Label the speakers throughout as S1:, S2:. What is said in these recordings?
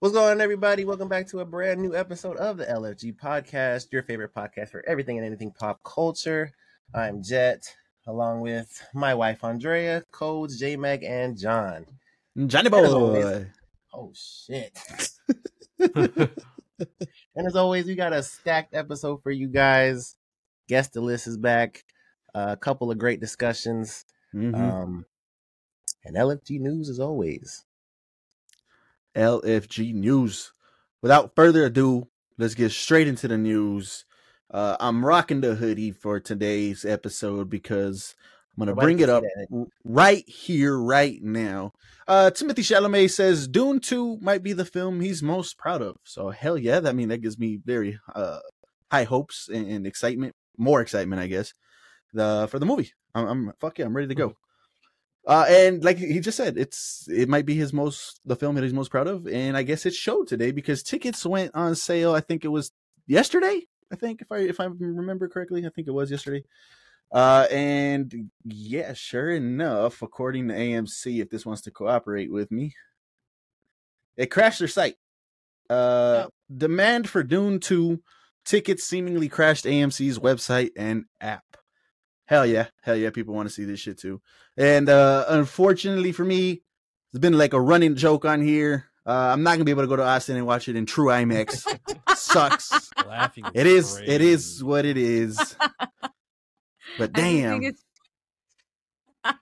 S1: What's going on, everybody? Welcome back to a brand new episode of the LFG podcast, your favorite podcast for everything and anything pop culture. I'm Jet, along with my wife Andrea, Codes, J Mag, and John.
S2: Johnny
S1: And as always-
S2: Boy.
S1: Oh shit. And as always, we got a stacked episode for you guys. Guest the list is back. a couple of great discussions.
S2: Mhm.
S1: Um and LFG news as always.
S2: LFG News. Without further ado, let's get straight into the news. Uh, I'm rocking the hoodie for today's episode because I'm going to
S1: Nobody
S2: bring
S1: can
S2: it
S1: see
S2: up
S1: that.
S2: r- right here, right now. Uh, Timothy Chalamet says Dune 2 might be the film he's most proud of. So, hell yeah. that- I mean, that gives me very uh, high hopes and, and excitement, more excitement, I guess, the, for the movie. I'm, I'm, fuck yeah, I'm ready to go. Uh, and like he just said, it's it might be his most the film that he's most proud of, and I guess it showed today because tickets went on sale. I think it was yesterday. I think if I if I remember correctly, I think it was yesterday. Uh, and yeah, sure enough, according to AMC, if this wants to cooperate with me, it crashed their site. Uh, demand for Dune Two tickets seemingly crashed AMC's website and app. Hell yeah, hell yeah, people want to see this shit too. And uh unfortunately for me, it's been like a running joke on here. Uh I'm not gonna be able to go to Austin and watch it in true IMAX. Sucks.
S3: laughing.
S2: It is it is
S3: crazy.
S2: what it is. But
S4: I just think
S2: damn.
S4: it's-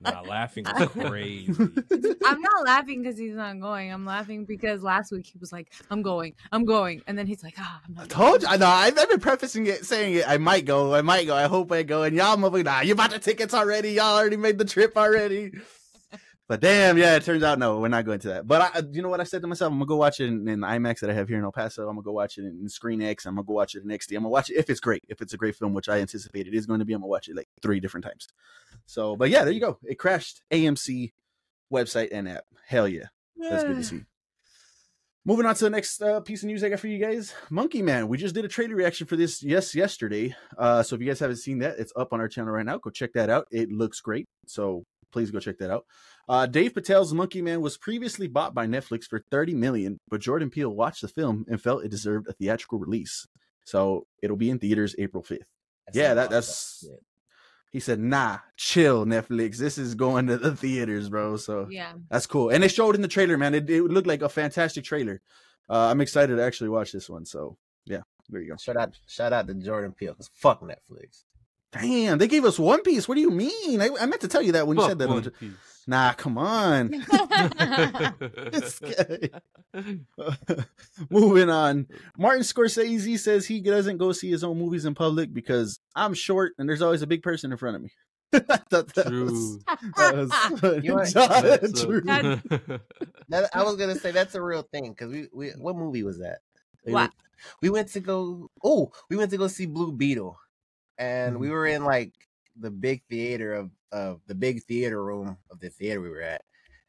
S3: Nah, laughing is crazy.
S4: I'm not laughing because he's not going. I'm laughing because last week he was like, "I'm going, I'm going," and then he's like, "Ah, I'm
S2: I
S4: not."
S2: told you. I
S4: going."
S2: know. I've, I've been prefacing it, saying it. I might go. I might go. I hope I go. And y'all, motherfucker, nah, you bought the tickets already. Y'all already made the trip already. But damn, yeah, it turns out no, we're not going to that. But I, uh, you know what I said to myself? I'm gonna go watch it in, in IMAX that I have here in El Paso. I'm gonna go watch it in Screen X. I'm gonna go watch it in XD. I'm gonna watch it if it's great. If it's a great film, which I anticipate it is going to be, I'm gonna watch it like three different times. So, but yeah, there you go. It crashed AMC website and app. Hell yeah. That's good to see. Moving on to the next uh, piece of news I got for you guys. Monkey Man. We just did a trailer reaction for this, yes, yesterday. Uh, so if you guys haven't seen that, it's up on our channel right now. Go check that out. It looks great. So please go check that out. Uh, Dave Patel's Monkey Man was previously bought by Netflix for 30 million, but Jordan Peele watched the film and felt it deserved a theatrical release. So it'll be in theaters April 5th. Yeah, that- that's-
S1: Yeah.
S2: He said, "Nah, chill, Netflix. This is going to the theaters, bro." So
S4: Yeah,
S2: that's cool. And they showed in the trailer, man. It, it looked like a fantastic trailer. Uh, I'm excited to actually watch this one. So yeah, there you go.
S1: Shout out shout out to Jordan Peele, because fuck Netflix.
S2: Damn, they gave us One Piece. What do you mean? I, I meant to tell you that when you
S3: Fuck
S2: said that. on
S3: One
S2: the-
S3: Piece.
S2: Nah, come on. This guy. Moving on. Martin Scorsese says he doesn't go see his own movies in public because I'm short and there's always a big person in front of me. I thought that was,
S3: True.
S2: that was funny.
S1: You are-
S2: John,
S3: That's, uh,
S2: true.
S1: That, I was gonna say that's a real thing because we, we what movie was that? We
S4: What?
S1: Went, we went to go. Oh, we went to go see Blue Beetle, and we were in like the big theater of of the big theater room of the theater we were at,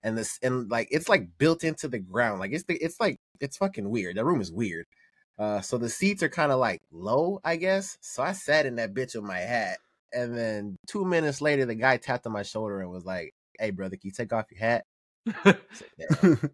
S1: and this and like it's like built into the ground. Like it's the, it's like it's fucking weird. That room is weird. Uh, so the seats are kind of like low, I guess. So I sat in that bitch with my hat, and then two minutes later, the guy tapped on my shoulder and was like, "Hey, brother, can you take off your hat?" I said, "Damn."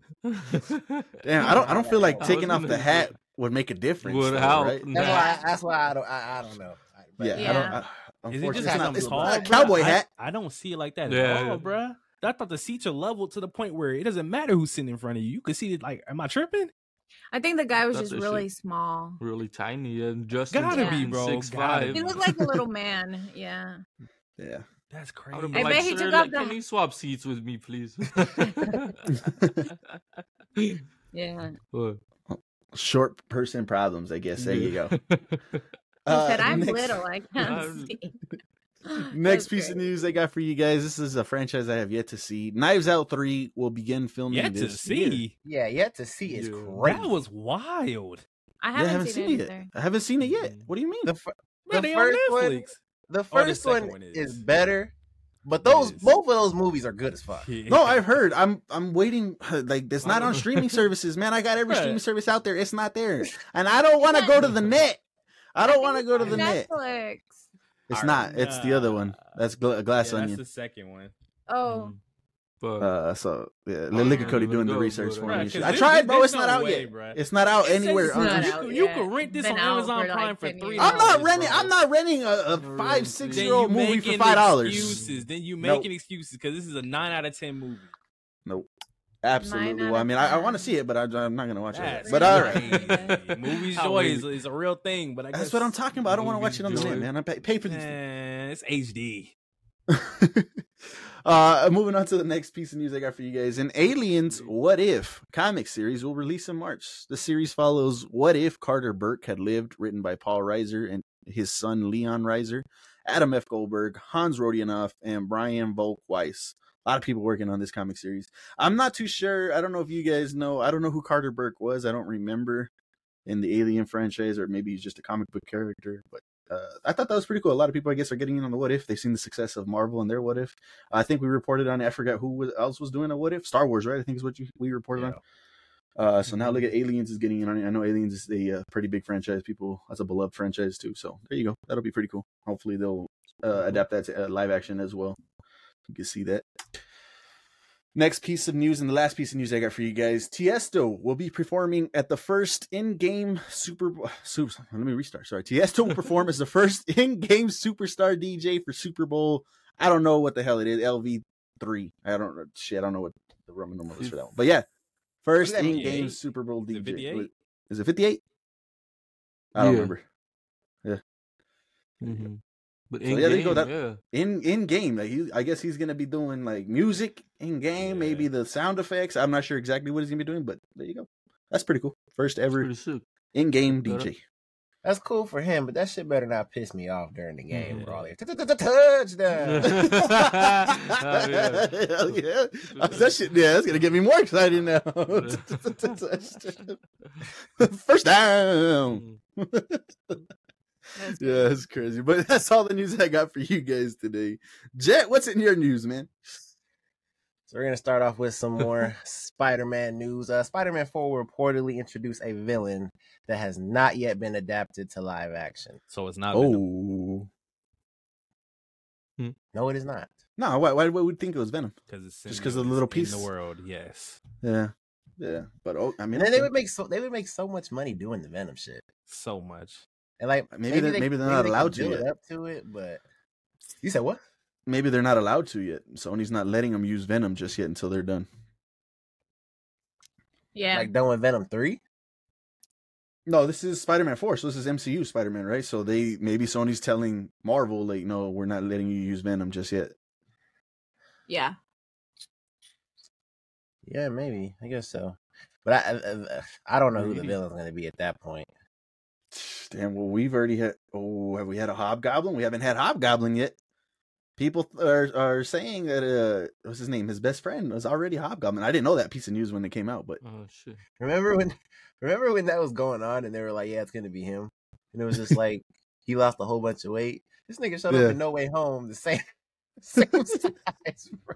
S2: Damn, I don't. I don't feel like
S1: I
S2: taking
S3: wasn't
S2: off the
S3: gonna
S2: hat
S3: say-
S2: would make a difference.
S3: Would Mm.
S2: though,
S3: help.
S2: right?
S1: That's
S3: Nah.
S1: why. That's why I don't. I, I don't know. I- but
S2: Yeah, I
S4: Yeah.
S2: don't. I,
S3: Is it
S2: unfortunately,
S3: just
S1: It's
S3: because
S1: not-
S3: I'm
S1: it's
S3: tall?
S1: not a
S3: bruh?
S2: cowboy
S3: I-
S2: hat.
S3: I, don't see it like that at
S5: Yeah.
S3: all, bruh. I thought the seats are leveled to the point where it doesn't matter who's sitting in front of you. You could see it like, am I tripping?
S4: I think the guy was
S5: That
S4: just
S5: is
S4: really
S5: it.
S4: small.
S5: really tiny and Justin
S3: Gotta
S4: be,
S3: bro.
S5: Six
S3: Gotta
S5: five.
S4: He looked like a little man. Yeah,
S2: Yeah.
S3: That's
S5: I
S3: crazy.
S5: would have
S4: I
S5: been
S4: bet
S5: like,
S4: he
S5: sir,
S4: took off
S5: like,
S4: the
S5: can
S4: hat."
S5: you swap seats with me, please?
S4: yeah. He
S5: What?
S2: Short person problems, I guess. There you go.
S4: said, "I'm
S2: Uh, next,
S4: little. I can't
S5: I'm-
S4: see."
S2: Next
S4: That's
S2: piece of
S4: great.
S2: news I got for you guys. This is a franchise I have yet to see. Knives Out Three will begin filming
S3: Yet to
S2: this year.
S3: see.
S1: yeah, yet to see is
S5: Yeah. That
S1: crazy.
S3: That was wild.
S4: I
S2: Yeah, I
S4: haven't,
S2: haven't
S4: seen,
S2: seen it
S4: it
S2: yet.
S4: either.
S2: I haven't seen it yet.
S3: Mm.
S2: What do you mean?
S1: the, fir-
S3: Bro,
S1: the
S3: they on
S1: first
S3: Netflix.
S1: one. The
S3: Oh, the
S1: first one
S3: second one
S1: is
S3: is.
S1: better, but
S3: It
S1: those
S3: is.
S1: both of those movies are good as fuck.
S3: Yeah.
S2: no, I've heard. I'm I'm waiting. Like it's
S5: I
S2: not
S5: don't
S2: on
S5: know.
S2: streaming services, man. I got every
S3: Right.
S2: streaming service out there. It's not there, and I don't want to go to the net. I don't want to go to
S4: I
S2: the
S4: think
S2: net.
S4: it's on Netflix.
S2: It's
S3: Are-
S2: not. It's the other one.
S3: Nah.
S2: That's gl-
S3: Yeah,
S2: glass
S3: that's
S2: onion.
S5: Hmm.
S3: the second one.
S4: Oh,
S5: Mm. But
S2: Uh, so yeah,
S5: I
S2: Liquor
S5: can't
S2: Cody
S5: even
S2: doing the
S5: go,
S2: research
S5: bro.
S2: for
S5: Right,
S2: me. and
S5: 'cause
S2: shit. I
S5: this-
S2: tried, bro.
S3: there's
S2: It's not
S3: no
S2: out
S3: way,
S2: yet.
S3: bruh.
S2: It's not out
S3: It says
S2: anywhere.
S3: it's
S2: on
S4: not
S2: the-
S3: you,
S4: out
S3: could, you
S4: yet.
S3: could rent this
S4: Been
S3: on
S4: out
S3: Amazon
S4: for, like,
S3: Prime for
S4: 10
S3: three.
S4: years.
S2: I'm not
S5: Bro.
S2: renting. I'm not renting a, a
S5: Bro,
S2: five six
S5: then
S2: year old
S5: you
S2: movie for
S3: making
S2: five dollars.
S3: Excuses. Then you
S2: Nope.
S3: making excuses because this is a nine out of ten movie.
S2: Absolutely.
S4: Nine
S2: Well, I
S4: out
S2: mean,
S4: of
S2: I, I want to
S4: ten.
S2: see it, but I, I'm not gonna watch
S3: That's
S2: it. But uh, all right.
S4: crazy.
S3: crazy. movie
S5: How
S3: joy
S5: many-
S3: is, is a real thing. But I guess
S2: That's what I'm talking about. I don't want to watch it on the
S5: Enjoy.
S2: net, man. I pay, pay for these. things.
S3: Man, it's HD.
S2: uh, moving on to the next piece of news I got for you guys. An Aliens What If comic series will release in March. The series follows What If Carter Burke Had Lived, written by Paul Reiser and his son Leon Reiser, Adam F. Goldberg, Hans Rodionoff, and Brian Volk Weiss. A lot of people working on this comic series. I'm not too sure. I don't know if you guys know. I don't know who Carter Burke was. I don't remember in the Alien franchise, or maybe he's just a comic book character. But uh, I thought that was pretty cool. A lot of people, I guess, are getting in on the what if. They've seen the success of Marvel and their what if. I think we reported on. I forgot who was, else was doing a what if. Star Wars, right? I think is what you, we reported on. Uh, so now look at Aliens is getting in on it. I know Aliens is a uh, pretty big franchise. People, that's a beloved franchise too. So there you go. That'll be pretty cool. Hopefully they'll uh, adapt that to uh, live action as well. You can see that. Next piece of news and the last piece of news I got for you guys: Tiesto will be performing at the first in-game Super. Bowl. Let me restart. Sorry, Tiesto will perform as the first in-game superstar DJ for Super Bowl. I don't know what the hell it is. LV three. I don't know. Shit, I don't know what the Roman numeral is for that one. But yeah, first
S3: What is that,
S2: in-game
S3: 58?
S2: Super Bowl
S3: Is it
S2: DJ.
S3: 58?
S2: Wait, Is it fifty-eight? I don't
S5: Yeah.
S2: remember.
S5: mhm. But
S2: So,
S5: in
S2: yeah, there you go.
S5: game,
S2: That-
S5: yeah.
S2: in in game like he, i guess he's gonna be doing like music in game
S3: Yeah.
S2: maybe the sound effects i'm not sure exactly what he's gonna be doing but there you go that's pretty cool first
S5: It's
S2: ever
S5: pretty sick.
S2: in game
S5: Got
S2: dj
S1: That's cool for him, but that shit better not piss me off during the game, bro.
S3: Mm-hmm.
S1: Like, Touchdown.
S5: Hell yeah.
S2: Hell yeah. that shit yeah that's gonna get me more excited now first down
S5: Mm.
S4: That's
S2: yeah that's crazy but that's all the news i got for you guys today jet what's in your news man
S1: So we're gonna start off with some more Spider-Man news. Uh, Spider-Man 4 will reportedly introduce a villain that has not yet been adapted to live action.
S3: So it's not. Venom.
S2: oh
S1: No, it is not.
S2: no why, why, why would you think it was venom
S3: because it's
S2: Just
S3: in
S2: 'cause
S3: the-
S2: of the little
S3: it's in
S2: piece?
S3: the world. Yes,
S2: yeah yeah but oh i
S1: And
S2: mean
S1: then they
S2: okay.
S1: would make so they would make so much money doing the Venom shit.
S3: so much.
S1: And like
S2: Maybe they're- maybe they're not
S1: could
S2: allowed to
S1: build
S2: yet.
S1: it up to it, but you said what?
S2: maybe they're not allowed to yet. Sony's not letting them use Venom just yet until they're done.
S4: Yeah.
S1: Like done with Venom three?
S2: No, this is Spider-Man Four, so this is MCU Spider-Man, right? So they maybe Sony's telling Marvel like, no, we're not letting you use Venom just yet.
S4: yeah.
S1: Yeah, maybe. I guess so. But I I, I don't know who the
S5: Maybe.
S1: villain's gonna be at that point.
S2: Damn. Well, we've already had. Oh, have we had a Hobgoblin? We haven't had Hobgoblin yet. People are are saying that uh, what's his name? His best friend was already Hobgoblin. I didn't know that piece of news when it came out, but
S5: Oh shit.
S1: Remember when remember when that was going on and they were like, Yeah, it's gonna be him? And it was just like he lost a whole bunch of weight. This nigga showed
S2: Yeah.
S1: up in No Way Home the same same size. bro.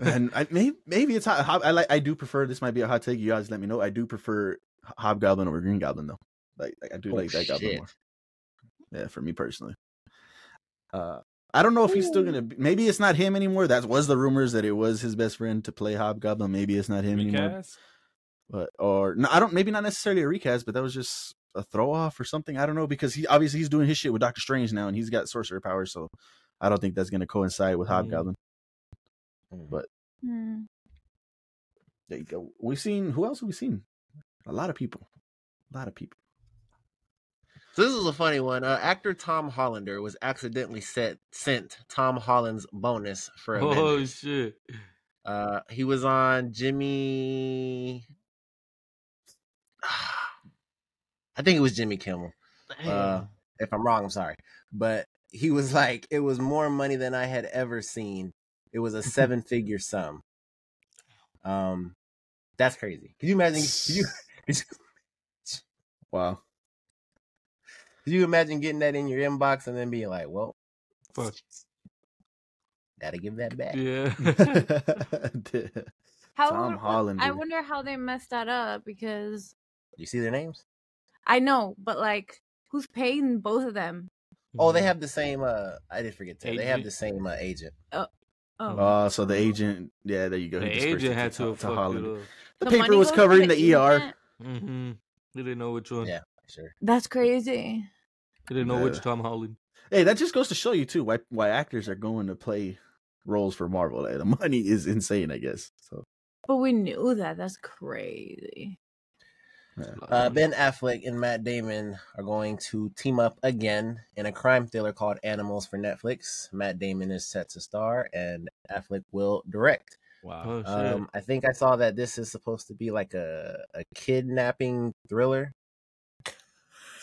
S2: and I, maybe maybe it's hot. Hob, I like I do prefer this might be a hot take. You guys let me know. I do prefer H- Hobgoblin over Green Goblin though. Like, like I do
S1: Oh,
S2: like that Goblin
S1: shit.
S2: more. Yeah, for me personally. Uh, I don't know if he's still gonna. Be, maybe it's not him anymore. That was the rumors that it was his best friend to play Hobgoblin. Maybe it's not him anymore.
S3: Recast?
S2: But or no, I don't. Maybe not necessarily a recast, but that was just a throw off or something. I don't know because he obviously he's doing his shit with Doctor Strange now, and he's got sorcerer powers. So I don't think that's gonna coincide with
S5: Mm.
S2: Hobgoblin.
S1: Mm.
S2: But There you go. We've seen who else have we seen? A lot of people. A lot of people.
S1: So this is a funny one. Uh, actor Tom Hollander was accidentally set, sent Tom Holland's bonus for
S5: Oh
S1: Avengers.
S5: shit.
S1: Uh, he was on Jimmy. I think it was Jimmy Kimmel. Uh, if I'm wrong, I'm sorry. But he was like, it was more money than I had ever seen. It was a seven figure sum. Um, that's crazy. Could you imagine? Could you, could you
S2: Wow.
S1: Could you imagine getting that in your inbox and then being like, well,
S5: Fuck.
S1: gotta give that back?
S5: Yeah. Oh,
S4: How
S2: Tom Holland,
S4: I
S2: dude.
S4: wonder how they messed that up because
S1: You see their names?
S4: I know, but like who's paying both of them?
S1: Oh, they have the same. uh I did forget to. They have
S5: Agent.
S1: the same uh, agent.
S4: Oh,
S2: Uh, so the agent, yeah, there you go.
S5: The
S2: he dispersed
S5: agent
S2: it
S5: had to have fucked
S2: Holland.
S5: it up.
S2: The,
S4: money
S2: paper was
S4: goes to
S2: covering the, ER.
S4: agent?
S5: Mm-hmm. They didn't know which one.
S1: Yeah. Sure.
S4: That's crazy.
S5: They didn't know which
S2: Yeah.
S5: Tom Holland.
S2: Hey, that just goes to show you too why why actors are going to play roles for Marvel. Like, the money is insane, I guess. So
S4: But we knew that. That's crazy.
S1: Uh,
S2: Um,
S1: ben Affleck and Matt Damon are going to team up again in a crime thriller called Animals for Netflix. Matt Damon is set to star, and Affleck will direct.
S3: Wow.
S5: Oh shit.
S1: Um, I think I saw that this is supposed to be like a, a kidnapping thriller.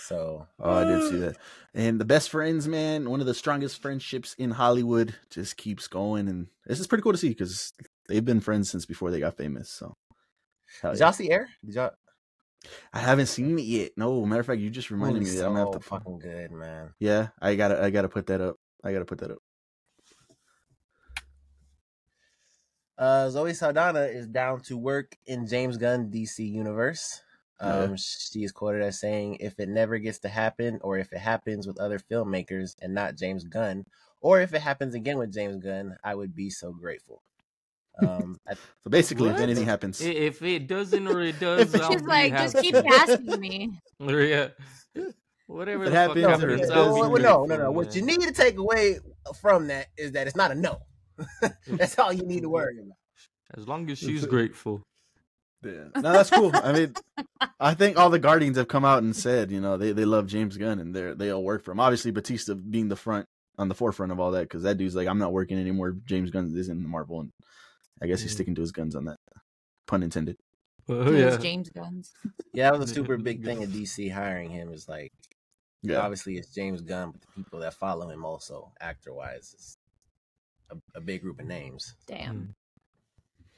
S1: So
S2: oh, I did see that. And the best friends, man, one of the strongest friendships in Hollywood, just keeps going. And this is pretty cool to see because they've been friends since before they got famous. So Hell
S1: did
S2: yeah.
S1: y'all see Air? Did y'all?
S2: I haven't seen it yet. No, matter of fact, you just reminded me.
S1: Movie's
S2: that I'm gonna have
S1: so
S2: to. fu-
S1: fucking good, man.
S2: Yeah, I gotta, I gotta put that up. I gotta put that up.
S1: Uh, Zoe Saldana is down to work in James Gunn DC universe. Um,
S2: Yeah.
S1: She is quoted as saying, "If it never gets to happen, or if it happens with other filmmakers and not James Gunn, or if it happens again with James Gunn, I would be so grateful." Um, I,
S2: So basically, if
S5: What?
S2: anything happens,
S5: I- if it doesn't or it does,
S2: If it-
S5: I'll
S4: She's
S5: be
S4: like, just
S5: happy.
S4: keep asking me.
S5: yeah. Whatever
S2: If it
S5: the
S2: happens,
S5: fuck
S1: no,
S2: or it
S5: happens,
S2: does,
S5: I'll
S1: no,
S5: be
S1: no, no,
S5: grateful,
S1: no. What
S5: man.
S1: you need to take away from that is that it's not a no. That's all you need to worry about.
S5: As long as she's grateful.
S2: Yeah. No, that's cool. I mean, I think all the Guardians have come out and said, you know, they, they love James Gunn and they're they all work for him. Obviously, Batista being the front on the forefront of all that because that dude's like, I'm not working anymore. James Gunn isn't in Marvel, and I guess he's
S5: Mm.
S2: sticking to his guns on that. Pun intended.
S5: Oh
S4: Oh,
S5: yeah.
S4: James Guns.
S1: Yeah, that was a super big thing in DC hiring him. Is like
S2: Yeah,
S1: obviously it's James Gunn, but the people that follow him also actor wise is a, a big group of names.
S5: Hmm.
S4: Damn.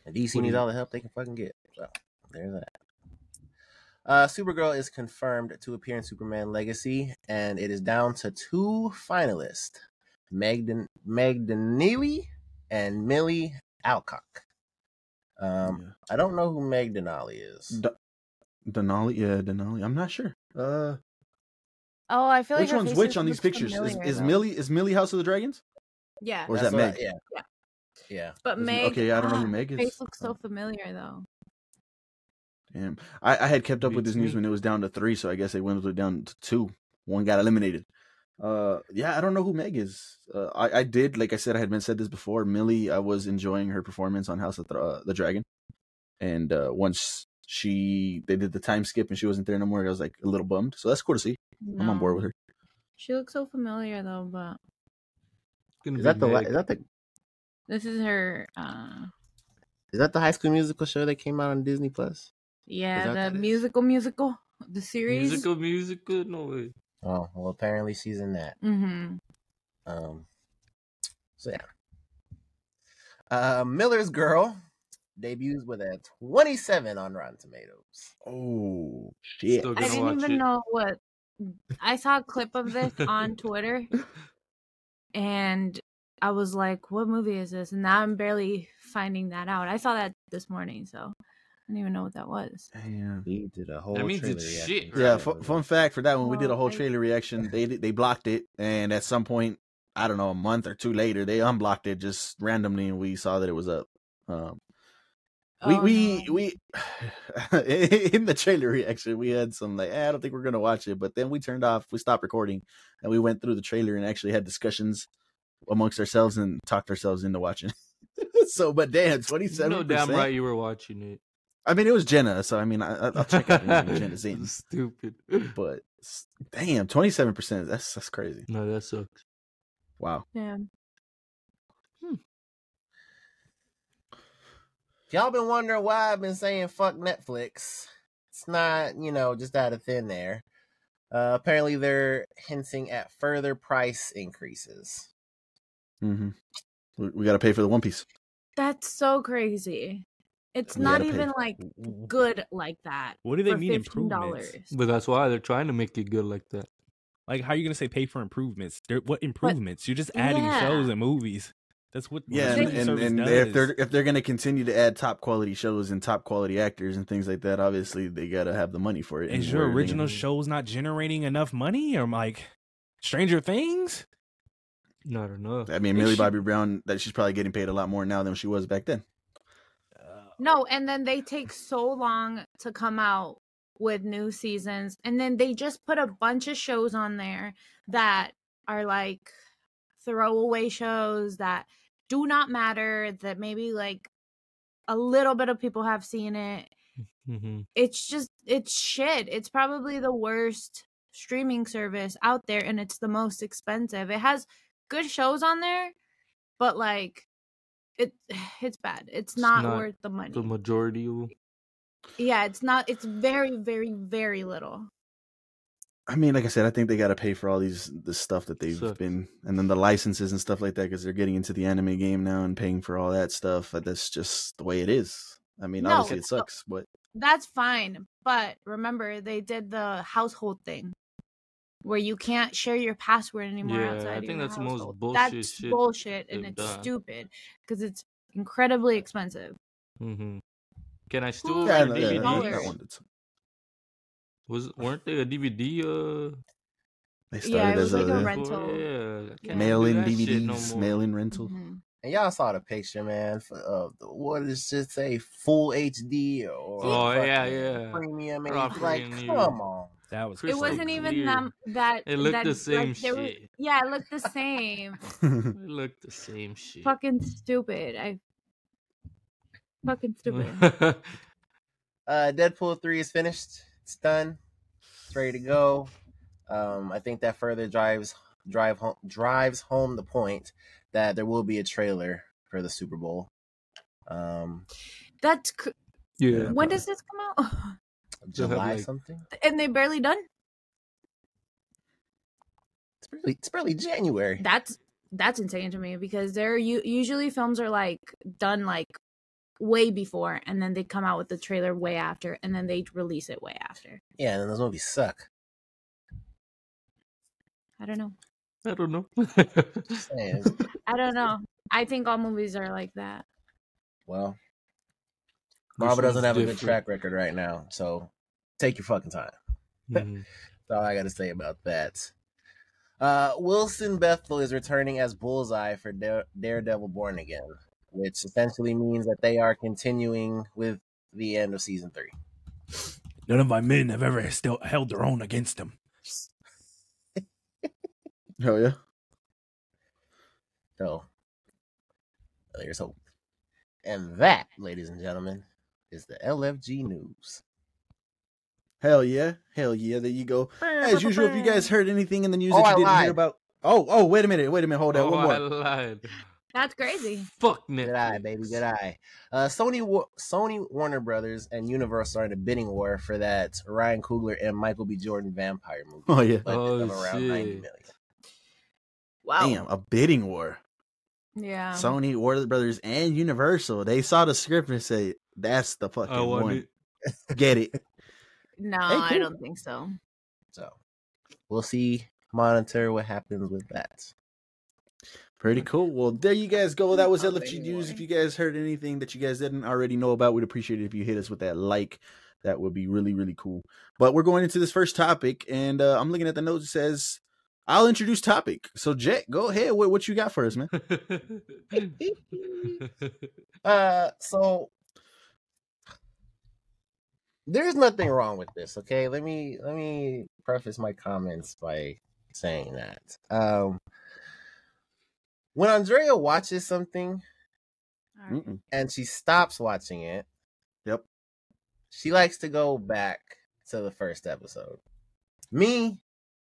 S1: And DC
S5: What do
S1: needs
S5: you-
S1: all the help they can fucking get. So there's that. Uh, Supergirl is confirmed to appear in Superman Legacy, and it is down to two finalists, Meg Den- Meg Denali and Millie Alcock. Um, I don't know who Meg Denali is.
S2: D- Denali. Yeah, Denali. I'm not sure. Uh,
S4: Oh, I feel like
S2: which
S4: her
S2: one's
S4: face
S2: which
S4: just
S2: on these
S4: looks
S2: pictures? Is,
S4: familiar,
S2: is
S4: though.
S2: Millie is Millie House of the Dragons?
S4: Yeah,
S2: Or is
S1: That's
S2: that
S1: what I-
S2: Meg?
S1: yeah,
S4: Yeah.
S1: yeah.
S4: but
S2: Doesn't-
S4: Meg.
S2: okay, I don't know who
S4: ah,
S2: Meg
S4: her
S2: is.
S4: Face looks so familiar though.
S2: Damn, I, I had kept up with
S5: Beats
S2: this news
S5: me.
S2: when it was down to three, so I guess they went down to two. One got eliminated. Uh, yeah, I don't know who Meg is. Uh, I, I did, like I said, I had been said this before. Millie, I was enjoying her performance on House of the, uh, the Dragon, and uh, once she they did the time skip and she wasn't there no more, I was like a little bummed. So that's cool to see. I'm on board with her.
S4: She looks so familiar though, but
S1: Is that the la- is that the
S4: this is her. uh
S1: is that the High School Musical show that came out on Disney Plus? that
S4: Yeah,
S1: what it
S4: the
S1: is?
S4: musical, musical, the series.
S5: musical? Musical? No way.
S1: Oh well, apparently she's in that.
S4: Mm-hmm.
S1: Um, so yeah. Uh, Miller's Girl debuts with a 27 on Rotten Tomatoes.
S2: Oh shit!
S5: Still
S4: I
S5: gonna
S4: didn't
S5: watch
S4: even
S5: it.
S4: know what. I saw a clip of this on Twitter, and I was like, "What movie is this?" And now I'm barely finding that out. I saw that this morning, so I didn't even know what that was.
S2: Damn.
S1: He did a whole.
S5: means
S1: trailer
S5: it's
S1: reaction
S5: shit,
S1: to
S5: right?
S2: Yeah,
S1: that
S2: fu-
S1: movie.
S2: fun fact for that one, we did a
S4: Well,
S2: whole
S4: I-
S2: trailer reaction. They did- they blocked it, and at some point, I don't know, a month or two later, they unblocked it just randomly, and we saw that it was up. Um, we
S4: Oh,
S2: we
S4: no.
S2: we in the trailer reaction, we had some like, "Eh, I don't think we're gonna watch it, but then we turned off, we stopped recording, and we went through the trailer and actually had discussions amongst ourselves and talked ourselves into watching. it. so, but damn, twenty
S5: You know
S2: seven
S5: damn right
S2: percent.
S5: you were watching it.
S2: I mean, it was Jenna, so I mean, I, I'll check out anything Jenna's in
S5: Stupid.
S2: but s- damn, twenty seven percent. That's that's crazy.
S5: No, that sucks.
S2: Wow.
S4: Yeah.
S1: If y'all been wondering why I've been saying fuck Netflix, it's not you know just out of thin air. Uh, apparently, they're hinting at further price increases.
S2: Mm-hmm. We, we got to pay for the One Piece.
S4: That's so crazy. It's
S2: We
S4: not
S2: gotta pay
S4: even
S2: for-
S4: like good like that.
S3: What do they
S4: for
S3: mean improvements?
S4: $15.
S5: But that's why they're trying to make it good like that.
S3: Like, how are you gonna say pay for improvements? There, what improvements? You're just adding
S4: Yeah.
S3: shows and movies. That's what
S2: Yeah,
S4: They-
S2: and,
S3: streaming
S2: and,
S3: service
S2: and
S3: does.
S2: if they're if they're gonna continue to add top quality shows and top quality actors and things like that, obviously they gotta have the money for it.
S3: is
S2: and
S3: your
S2: where they
S3: original
S2: gonna-
S3: show's not generating enough money, or like Stranger Things?
S5: Not enough.
S2: I mean,
S3: They
S2: Millie
S3: should-
S2: Bobby Brown, that she's probably getting paid a lot more now than she was back then.
S4: No, and then they take so long to come out with new seasons, and then they just put a bunch of shows on there that are like throwaway shows that do not matter. That maybe like a little bit of people have seen it.
S5: Mhm.
S4: It's just it's shit. It's probably the worst streaming service out there, and it's the most expensive. It has good shows on there, but like. It it's bad. It's not,
S5: not
S4: worth the money.
S5: The majority of
S4: Yeah, it's not. It's very, very, very little.
S2: I mean, like I said, I think they got to pay for all these the stuff that they've
S5: Sucks.
S2: been, and then the licenses and stuff like that, because they're getting into the anime game now and paying for all that stuff. But that's just the way it is. I mean,
S4: No,
S2: obviously it
S4: it's not.
S2: sucks, but
S4: That's fine, but remember they did the household thing, where you can't share your password anymore
S5: Yeah,
S4: outside.
S5: I
S4: of
S5: think
S4: your
S5: that's the most
S4: household.
S5: bullshit
S4: That's
S5: shit
S4: bullshit, and
S5: they've
S4: it's
S5: done.
S4: stupid because it's incredibly expensive.
S5: hmm Can I still
S2: yeah,
S5: yeah,
S2: no,
S4: Like
S2: yeah,
S5: DVD?
S2: yeah,
S4: DVDs.
S2: that one, it's-
S5: Was weren't they a DVD? Uh,
S2: they
S4: Yeah,
S2: started
S4: it
S2: as
S4: was like a
S2: a,
S4: rent- rental.
S5: Yeah, I can't
S2: mail in
S5: do that shit
S2: DVDs,
S5: no more.
S2: mail in rental.
S4: Mhm.
S1: And y'all saw the picture, man. f- Of the, what does it say? Full HD or
S5: Oh, yeah,
S1: fucking
S5: yeah.
S1: premium? And
S5: Raw
S1: he's like,
S5: premium.
S1: come on.
S3: That
S4: It
S3: was
S5: Crystal
S3: crazy.
S4: wasn't even
S5: clear.
S4: them that
S5: It looked
S4: that,
S5: the same
S4: there was-
S5: shit.
S4: yeah, it looked the same.
S5: It looked the same shit.
S4: fucking stupid. I fucking stupid.
S1: Uh, Deadpool three is finished. It's done. It's ready to go. Um, I think that further drives drive home drives home the point that there will be a trailer for the Super Bowl. Um,
S4: That's cr-
S5: yeah.
S4: when does this come out?
S5: They'll have,
S1: July
S5: like-
S1: something.
S4: and they barely done.
S1: It's barely it's barely January.
S4: That's that's insane to me because they're u- usually films are like done like way before and then they come out with the trailer way after and then they release it way after.
S1: Yeah, and then those movies suck.
S4: I don't know.
S5: I don't know.
S1: Just saying.
S4: I don't know. I think all movies are like that.
S1: well, Marvel
S5: This
S1: doesn't
S5: one's
S1: have a good
S5: different.
S1: track record right now, so take your fucking time.
S5: Mhm.
S1: That's all I got to say about that. Uh, Wilson Bethel is returning as Bullseye for Dare- Daredevil Born Again, which essentially means that they are continuing with the end of season three.
S3: None of my men have ever still held their own against him.
S2: Hell yeah.
S1: So there's hope. And that, ladies and gentlemen, is the LFG news.
S2: Hell yeah. Hell yeah. There you go. As usual, if you guys heard anything in the news
S1: Oh,
S2: that you
S1: I
S2: didn't
S1: lied.
S2: hear about. Oh, oh, wait a minute. Wait a minute. Hold on.
S5: oh,
S2: One
S5: I
S2: more.
S5: lied.
S4: That's crazy.
S5: Fuck
S1: Good eye, baby. Good eye. Uh, Sony, Wa- Sony, Warner Brothers, and Universal are in a bidding war for that Ryan Coogler and Michael B. Jordan vampire movie.
S2: Oh, yeah.
S1: Budget of
S5: Oh,
S1: around ninety
S5: shit.
S1: million.
S4: Wow.
S2: Damn. A bidding war.
S4: Yeah.
S2: Sony, Warner Brothers, and Universal. They saw the script and said, that's the fucking
S5: I want
S2: one.
S5: it.
S2: Get it.
S4: no,
S2: Hey,
S4: I
S2: cool.
S4: don't think so.
S1: So we'll see, monitor what happens with that.
S2: Pretty cool. Well, there you guys go. That was
S4: Oh,
S2: LFG
S4: bidding
S2: News.
S4: war.
S2: If you guys heard anything that you guys didn't already know about, we'd appreciate it if you hit us with that like. That would be really, really cool. But we're going into this first topic, and uh, I'm looking at the notes. It says, I'll introduce topic. So, Jet, go ahead. What, what you got for us, man?
S1: Uh, so there's nothing wrong with this. Okay, let me let me preface my comments by saying that um, when Andrea watches something
S4: All right.
S2: Mm-mm.
S1: and she stops watching it,
S2: Yep.
S1: she likes to go back to the first episode. Me,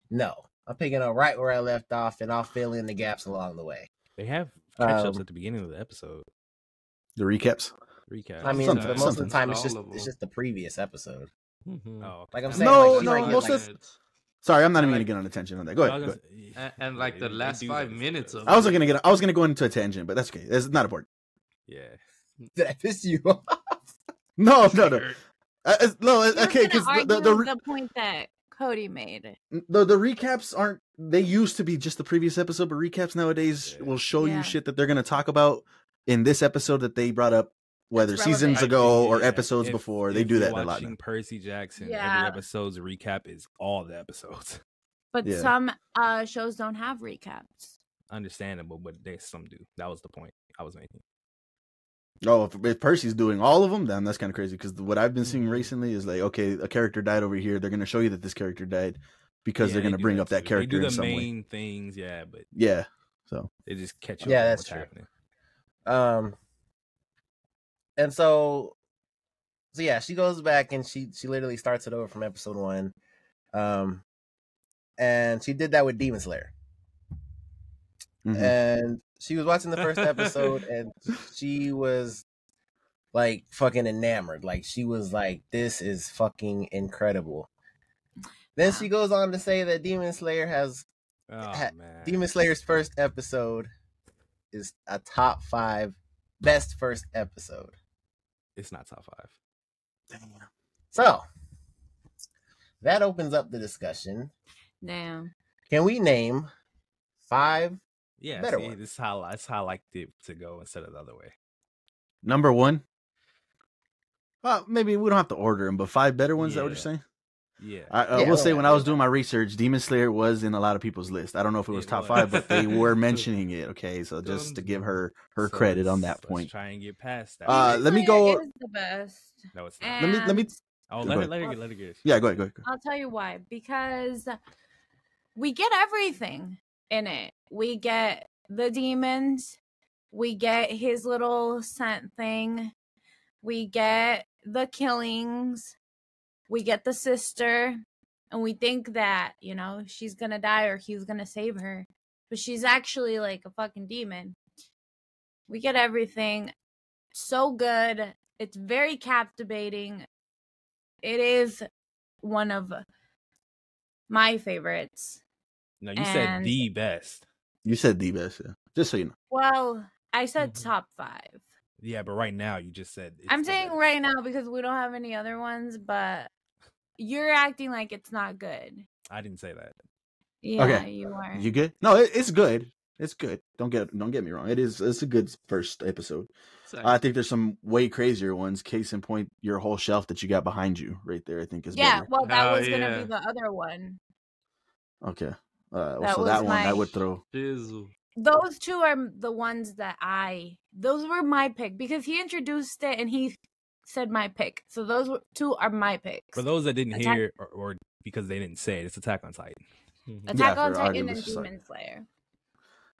S1: no. I'm picking up right where I left off, and I'll fill in the gaps along the way.
S3: They have catch ups
S1: Um,
S3: at the beginning of the episode.
S2: The recaps.
S3: Recap.
S1: I mean,
S2: Sometimes-
S1: but most of the
S2: sometimes.
S1: time it's
S5: All
S1: just
S5: of
S1: it's
S5: them.
S1: just the previous episode.
S5: Mhm.
S3: Oh,
S1: Like I'm
S3: okay.
S1: saying,
S2: No,
S1: like, she
S2: no,
S1: might get,
S2: most
S1: like,
S2: of- Sorry, I'm not even
S5: Like-
S2: gonna get on a tangent on that. Go ahead.
S3: No, I
S2: go
S3: was
S2: ahead.
S3: gonna-
S5: And- and, like, the
S3: they
S5: last
S3: do
S5: five
S3: that.
S5: minutes of
S2: I was gonna get. I was gonna go into a tangent, but that's okay. That's not important.
S3: Yeah.
S1: did I piss you off?
S2: No, no, no. Uh, it's- no,
S4: He was
S2: it's- okay,
S4: gonna
S2: because the
S4: argue
S2: the, the, re-
S4: the point that Cody made.
S2: the the recaps aren't. They used to be just the previous episode, but recaps nowadays
S3: Yeah.
S2: will show
S4: Yeah.
S2: you shit that they're gonna talk about in this episode that they brought up, whether
S4: That's
S2: seasons
S4: relevant.
S2: ago or
S3: Yeah,
S2: episodes
S3: if-
S2: before. They
S3: if
S2: do
S3: you're
S2: that a lot.
S3: watching
S2: now.
S3: Percy Jackson,
S4: Yeah.
S3: every episode's recap is all the episodes.
S4: But
S2: Yeah.
S4: some uh shows don't have recaps.
S3: understandable, but they some do. That was the point I was making.
S2: Oh, if, if Percy's doing all of them, then that's kind of crazy. Because what I've been seeing
S3: Mhm.
S2: recently is like, okay, a character died over here. They're going to show you that this character died because they're
S3: Yeah, they
S2: going to
S3: do
S2: bring up that
S3: too.
S2: character
S3: They do
S2: in
S3: the
S2: some way.
S3: main things, yeah, but
S2: Yeah.
S3: they just catch up.
S1: Yeah,
S3: on
S1: that's
S3: what's
S1: true.
S3: happening.
S1: Um, and so, so yeah, she goes back and she she literally starts it over from episode one. Um, and she did that with Demon Slayer,
S2: Mhm.
S3: Eh.
S1: and she was watching the first episode, and she was like fucking enamored. Like she was like, "This is fucking incredible." Then she goes on to say that Demon Slayer has
S3: Oh
S1: Ha-
S3: man,
S1: Demon Slayer's first episode is a top five best first episode.
S3: it's not top five.
S1: So that opens up the discussion.
S4: Damn.
S1: Can we name five?
S3: Yeah,
S1: Better
S3: see,
S1: one.
S3: this is how I- that's how I liked it to go instead of the other way.
S2: Number one. Well, maybe we don't have to order them, but five better ones. Is that what you're
S3: Yeah.
S2: saying?
S3: Yeah,
S2: I, I
S1: Yeah.
S2: will
S3: Oh.
S2: say when I was doing my research, Demon Slayer was in a lot of people's list. I don't know if it was
S3: It
S2: top
S3: was.
S2: five, but they were
S5: So-
S2: mentioning it. Okay, so just to
S3: um,
S2: give her her
S3: So
S2: credit on
S3: let's-
S2: that
S3: let's
S2: point.
S3: Try and get past that.
S2: Uh,
S4: Demon
S2: let me
S4: Slayer
S2: go-
S4: is the best.
S3: no, it's not.
S4: And
S2: me- let me-
S3: oh,
S2: Go
S3: let her,
S2: ahead.
S3: let her get, let her get.
S2: Yeah, go ahead, go ahead. Go ahead.
S4: I'll tell you why. Because we get everything in it. We get the demons. We get his little scent thing. We get the killings. We get the sister. And we think that, you know, she's going to die or he's going to save her. But she's actually like a fucking demon. We get everything so good. It's very captivating. It is one of my favorites.
S3: No, you said
S4: And-
S3: the best.
S2: You said the best, yeah. just so you know.
S4: Well, I said
S3: Mhm.
S2: Mm-hmm.
S4: top five.
S3: Yeah, but right now you just said. it's
S4: I'm
S3: the
S4: saying
S3: best.
S4: right now because we don't have any other ones, but you're acting like it's not good.
S3: I didn't say that.
S4: Yeah,
S2: Okay.
S4: you are.
S2: You good? No, it, it's good. It's good. Don't get don't get me wrong. It is it's a good first episode.
S1: Uh,
S2: I think there's some way crazier ones. Case in point, your whole shelf that you got behind you right there. I think is
S4: yeah,
S2: better.
S4: well, that
S5: Oh,
S4: was gonna
S5: yeah.
S4: be the other one.
S2: Okay. Uh,
S4: That
S2: so
S4: was
S2: that one I
S4: my-
S2: would throw.
S5: Jizzle.
S4: Those two are m- the ones that I. Those were my pick because he introduced it and he said my pick. So those were- two are my picks.
S3: For those that didn't
S4: Attack-
S3: hear or, or because they didn't say it, it's Attack on Titan.
S5: Mhm.
S4: Attack
S2: Yeah,
S4: on
S2: for
S4: Titan and
S2: argument's sake.
S4: Demon Slayer.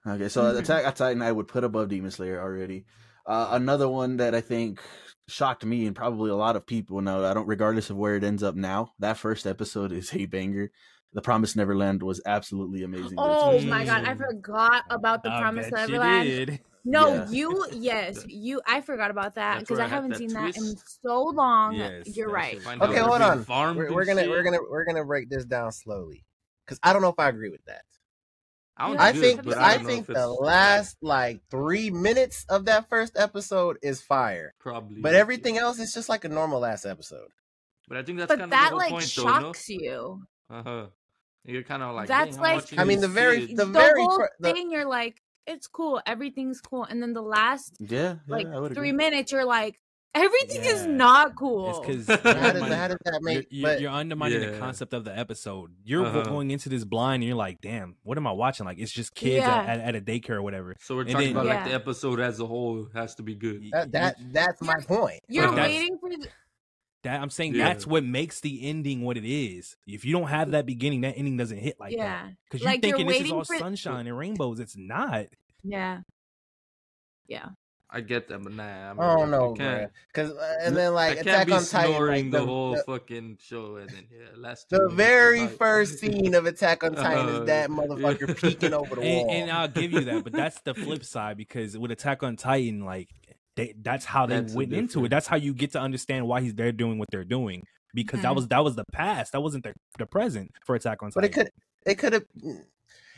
S2: Okay, so
S4: Mhm.
S2: Attack on Titan I would put above Demon Slayer already. Uh, another one that I think shocked me and probably a lot of people. Now I don't, regardless of where it ends up now, that first episode is a banger. The Promised Neverland was absolutely amazing.
S4: Oh my god, I
S5: Mm.
S4: forgot about the
S3: I
S4: Promised
S3: bet you
S4: Neverland.
S3: did.
S4: No,
S2: Yeah.
S4: you yes, you I forgot about that
S5: That's
S4: because
S5: where
S4: I
S5: I had
S4: haven't
S5: that
S4: seen that in
S5: twist.
S4: so long.
S3: Yes,
S4: You're
S3: that
S4: right.
S3: shit
S5: Find out
S1: Okay,
S5: they're
S1: hold
S5: being
S1: on.
S5: farmed
S1: We're,
S5: and
S1: we're gonna
S5: shit.
S1: we're gonna we're gonna break this down slowly because I don't know if I agree with that.
S5: I, don't
S4: Yeah,
S1: I
S5: do it,
S1: think
S5: but
S1: I
S5: don't know
S1: think
S5: if it's-
S1: the last like three minutes of that first episode is fire,
S5: probably,
S1: but everything else is just like a normal last episode.
S5: But I think that's kind
S4: but
S5: of
S4: that
S5: the whole
S4: like
S5: point,
S4: shocks you.
S5: though. No? Uh huh. You're kind of like
S4: That's
S5: "Dang, I'm
S4: like-
S5: watching
S1: I mean,
S5: this
S1: the very-
S5: shit."
S4: The,
S1: The very
S4: whole
S1: fir- the-
S4: thing you're like, it's cool, everything's cool. And then the last
S2: Yeah, yeah,
S4: like
S2: I would
S4: three
S2: agree.
S4: minutes you're like, everything is
S3: Yeah.
S4: not
S3: It's
S4: cool.
S3: because
S5: How
S1: How
S5: Yeah,
S1: does,
S5: man.
S1: how does that
S3: you're,
S1: make?
S3: you're,
S1: but-
S3: you're undermining the
S5: Yeah.
S3: concept of the episode. You're
S5: Uh-huh.
S3: going into this blind and you're like, damn, what am I watching? Like, it's just kids
S4: Yeah.
S3: at, at, at a daycare or whatever.
S5: So we're
S3: And
S5: talking
S3: then-
S5: about like the
S4: Yeah.
S5: episode as a whole has to be good.
S1: That, that that's my point.
S4: You're
S5: Uh-huh.
S4: waiting for the,
S3: That I'm saying
S5: Yeah.
S3: that's what makes the ending what it is. If you don't have that beginning, that ending doesn't hit like that.
S4: Yeah.
S3: Because you're
S4: Like, you're
S3: thinking this is
S4: waiting
S3: all
S4: for-
S3: sunshine and rainbows. It's not.
S4: Yeah.
S5: I get that, but nah. I, mean,
S1: I don't
S5: I
S1: know,
S5: can't-
S1: bro. Because and then
S5: I
S1: like
S5: can't
S1: Attack
S5: be
S1: on Titan,
S5: snoring
S1: like,
S5: the,
S1: the,
S5: whole
S1: the,
S5: fucking show, and then yeah, last.
S1: the
S5: two minutes
S1: very
S5: is like-
S1: first scene of Attack on Titan
S5: Uh,
S1: is that motherfucker peeking over the
S3: And,
S1: wall.
S3: and I'll give you that, but that's the flip side because with Attack on Titan, like they, that's how they
S5: That's a
S3: went into it.
S5: different-
S3: That's how you get to understand why he's they're doing what they're doing because that
S4: Mhm.
S3: was that was the past. That wasn't the, the present for Attack on Titan.
S1: but it could it could have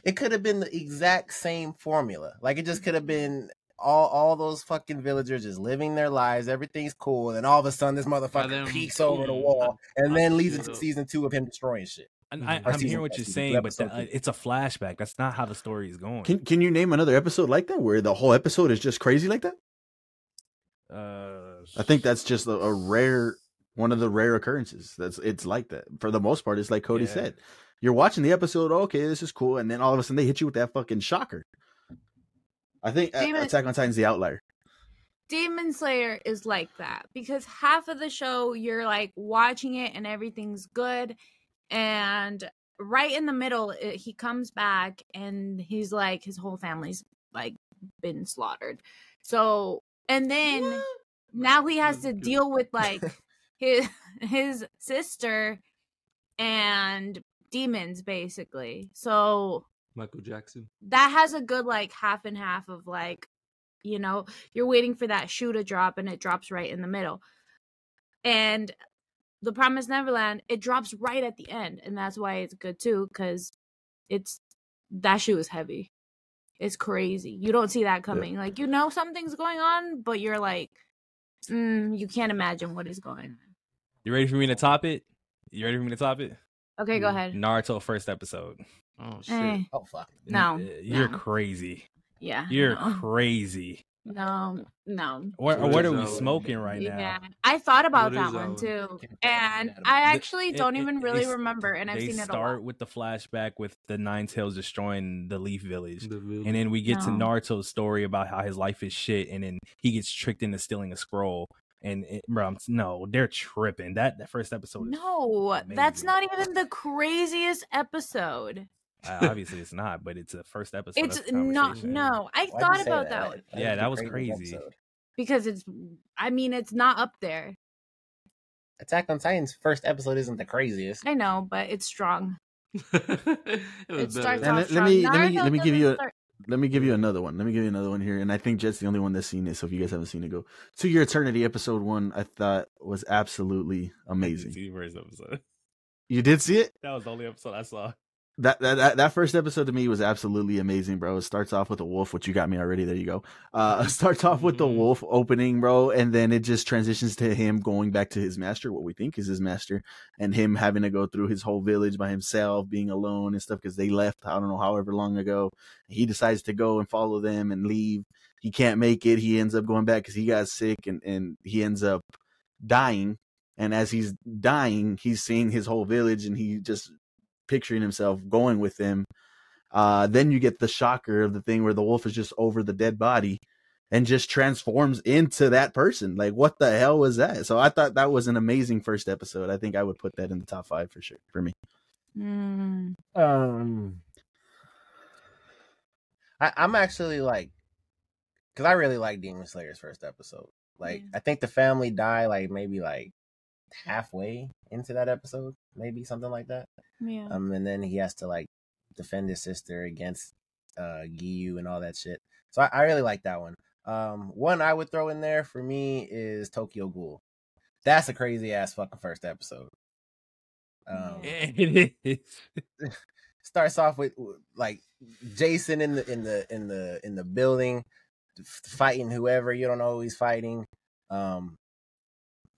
S1: it could have been the exact same formula. Like it just could
S3: Mm-hmm.
S1: have been all all those fucking villagers just living their lives. Everything's cool, and then all of a sudden this motherfucker
S5: then-
S1: peeks over the
S5: mm,
S1: wall, and
S5: I
S1: then
S5: see
S1: leads into
S5: the-
S1: season two of him destroying shit.
S3: And I,
S5: Mhm.
S1: Or
S3: I'm
S1: season
S3: hearing what
S1: one,
S3: you're
S1: season two,
S3: saying, but
S1: episode
S3: that, uh,
S1: two.
S3: it's a flashback. That's not how the story is going.
S2: Can Can you name another episode like that where the whole episode is just crazy like that?
S3: uh,
S2: I think that's just a, a rare one of the rare occurrences. That's it's like that for the most part. It's like Cody
S3: Yeah.
S2: said, you're watching the episode. Okay, this is cool, and then all of a sudden they hit you with that fucking shocker. I think uh,
S4: Damon-
S2: Attack on Titan's the outlier.
S4: Demon Slayer is like that because half of the show you're like watching it and everything's good and right in the middle it, he comes back and he's like his whole family's like been slaughtered. So and then now he has to
S5: Dude.
S4: deal with like his his sister and demons basically. So
S5: Michael Jackson.
S4: that has a good like half and half of like you know you're waiting for that shoe to drop and it drops right in the middle and the promised neverland it drops right at the end and that's why it's good too because it's that shoe is heavy it's crazy you don't see that coming like you know something's going on but you're like mm, you can't imagine what is going
S3: You ready for me to top it? You ready for me to top it?
S4: on okay go
S5: Mm.
S4: ahead
S3: Naruto first episode.
S5: Oh shit.
S4: Eh,
S1: Oh fuck.
S4: No,
S3: Uh, you're
S4: no.
S3: crazy.
S4: yeah
S3: You're
S4: no,
S3: crazy.
S4: no no
S3: What,
S5: What
S3: what
S5: is
S3: are we
S5: that one?
S3: smoking right
S4: yeah,
S3: now?
S4: I thought about
S5: What
S4: that
S5: is that
S4: one
S5: one?
S4: too,
S1: Can't tell
S4: and
S1: that
S4: I
S1: about-
S4: actually
S3: It-
S4: don't
S3: it-
S4: even
S3: it-
S4: really
S3: they-
S4: remember, and I've
S3: they
S4: seen it a
S3: start
S4: lot.
S3: with the flashback with the Nine Tails destroying the Leaf Village,
S5: The villain.
S3: and then we get to
S4: No.
S3: Naruto's story about how his life is shit, and then he gets tricked into stealing a scroll. And it, bro, I'm- no, they're tripping. That that first episode, is,
S4: No, that's
S3: amazing.
S4: not even the craziest episode.
S3: uh, obviously it's not, but it's a first episode.
S4: It's
S3: That's a
S4: not.
S3: conversation.
S4: No, I
S1: Why'd you
S4: thought
S1: say
S4: about that one
S3: Yeah,
S1: the
S3: that was
S1: craziest
S3: crazy.
S1: episode.
S4: because it's. I mean, it's not up there.
S1: Attack on Titan's first episode isn't the craziest.
S4: I know, but it's strong.
S5: it was
S4: It
S5: better.
S4: starts
S2: And
S4: off
S2: let- let me-
S4: strong.
S2: let me-
S4: Naruto
S2: let me give
S4: doesn't
S2: you a-
S4: start-
S2: Let me give you another one. Let me give you another one here, and I think Jet's the only one that's seen it. So if you guys haven't seen it, go to your eternity episode one. I thought was absolutely amazing.
S3: See, First episode.
S2: You did see it.
S3: That was the only episode I saw.
S2: That, that that that first episode to me was absolutely amazing, bro. It starts off with a wolf, which you got me already. There you go. Uh, it starts off with the
S5: Mhm.
S2: wolf opening, bro, and then it just transitions to him going back to his master, what we think is his master, and him having to go through his whole village by himself, being alone and stuff because they left. I don't know, however long ago, he decides to go and follow them and leave. He can't make it. He ends up going back because he got sick, and and he ends up dying. And as he's dying, he's seeing his whole village, and he just picturing himself going with him. Uh, then you get the shocker of the thing where the wolf is just over the dead body and just transforms into that person. Like, what the hell was that? So I thought that was an amazing first episode. I think I would put that in the top five for sure for me.
S4: Mm,
S1: Um, I, I'm actually like, because I really like Demon Slayer's first episode. Like,
S4: Yeah.
S1: I think the family die like maybe like halfway into that episode, maybe something like that.
S4: yeah.
S1: Um, and then he has to like defend his sister against uh Giyu and all that shit. So I, I really like that one. Um, one I would throw in there for me is Tokyo Ghoul. That's a crazy ass fucking first episode. Um,
S4: Yeah.
S3: It is.
S1: starts off with w- like Jason in the in the in the in the building f- fighting whoever you don't know who he's fighting. Um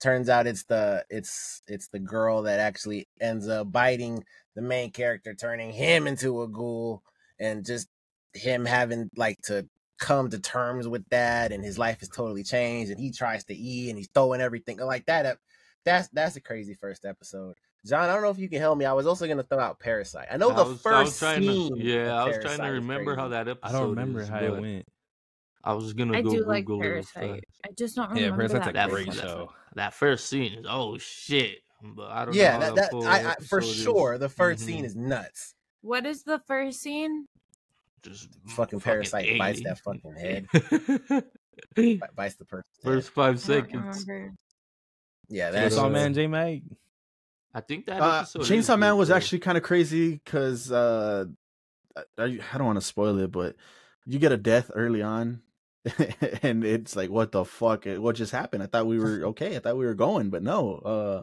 S1: turns out it's the it's it's the girl that actually ends up biting the main character turning him into a ghoul and just him having like to come to terms with that and his life is totally changed and he tries to eat and he's throwing everything like that up that's that's a crazy first episode John, I don't know if you can help me. I was also gonna throw out Parasite. I know
S5: I
S1: the
S5: was- I was
S1: first
S5: trying
S1: scene.
S5: To, yeah,
S1: of
S5: I was trying to
S1: Parasite is
S5: remember how
S1: crazy.
S5: that episode.
S3: I don't remember
S5: is,
S3: how it
S5: but
S3: went.
S5: I was gonna
S4: I
S5: go
S4: do
S5: Google
S4: like
S5: it real
S4: Parasite.
S5: fast.
S4: I just don't
S3: Yeah,
S4: remember
S3: Parasite's
S4: that.
S3: a
S5: That
S3: great
S4: first
S5: first,
S3: show.
S4: episode.
S5: that first scene is oh shit, but I don't know.
S1: Yeah,
S5: how
S1: that, that,
S5: full
S1: I, I for
S5: episode is.
S1: sure the 1st scene
S5: Mhm.
S1: is nuts.
S4: What is the first scene?
S5: just
S1: Fucking Parasite bites that fucking head.
S5: head.
S1: Bi- Bites the person.
S5: First five
S4: I don't
S5: seconds.
S4: remember.
S1: Yeah, that's
S3: Chainsaw
S5: uh,
S3: Man, J Mag.
S5: I think that
S2: Uh,
S5: episode is
S2: Chainsaw Man
S5: good,
S2: was
S5: though.
S2: actually kind of crazy because uh, I, I I don't want to spoil it, but you get a death early on. and it's like what the fuck what just happened i thought we were okay i thought we were going but no uh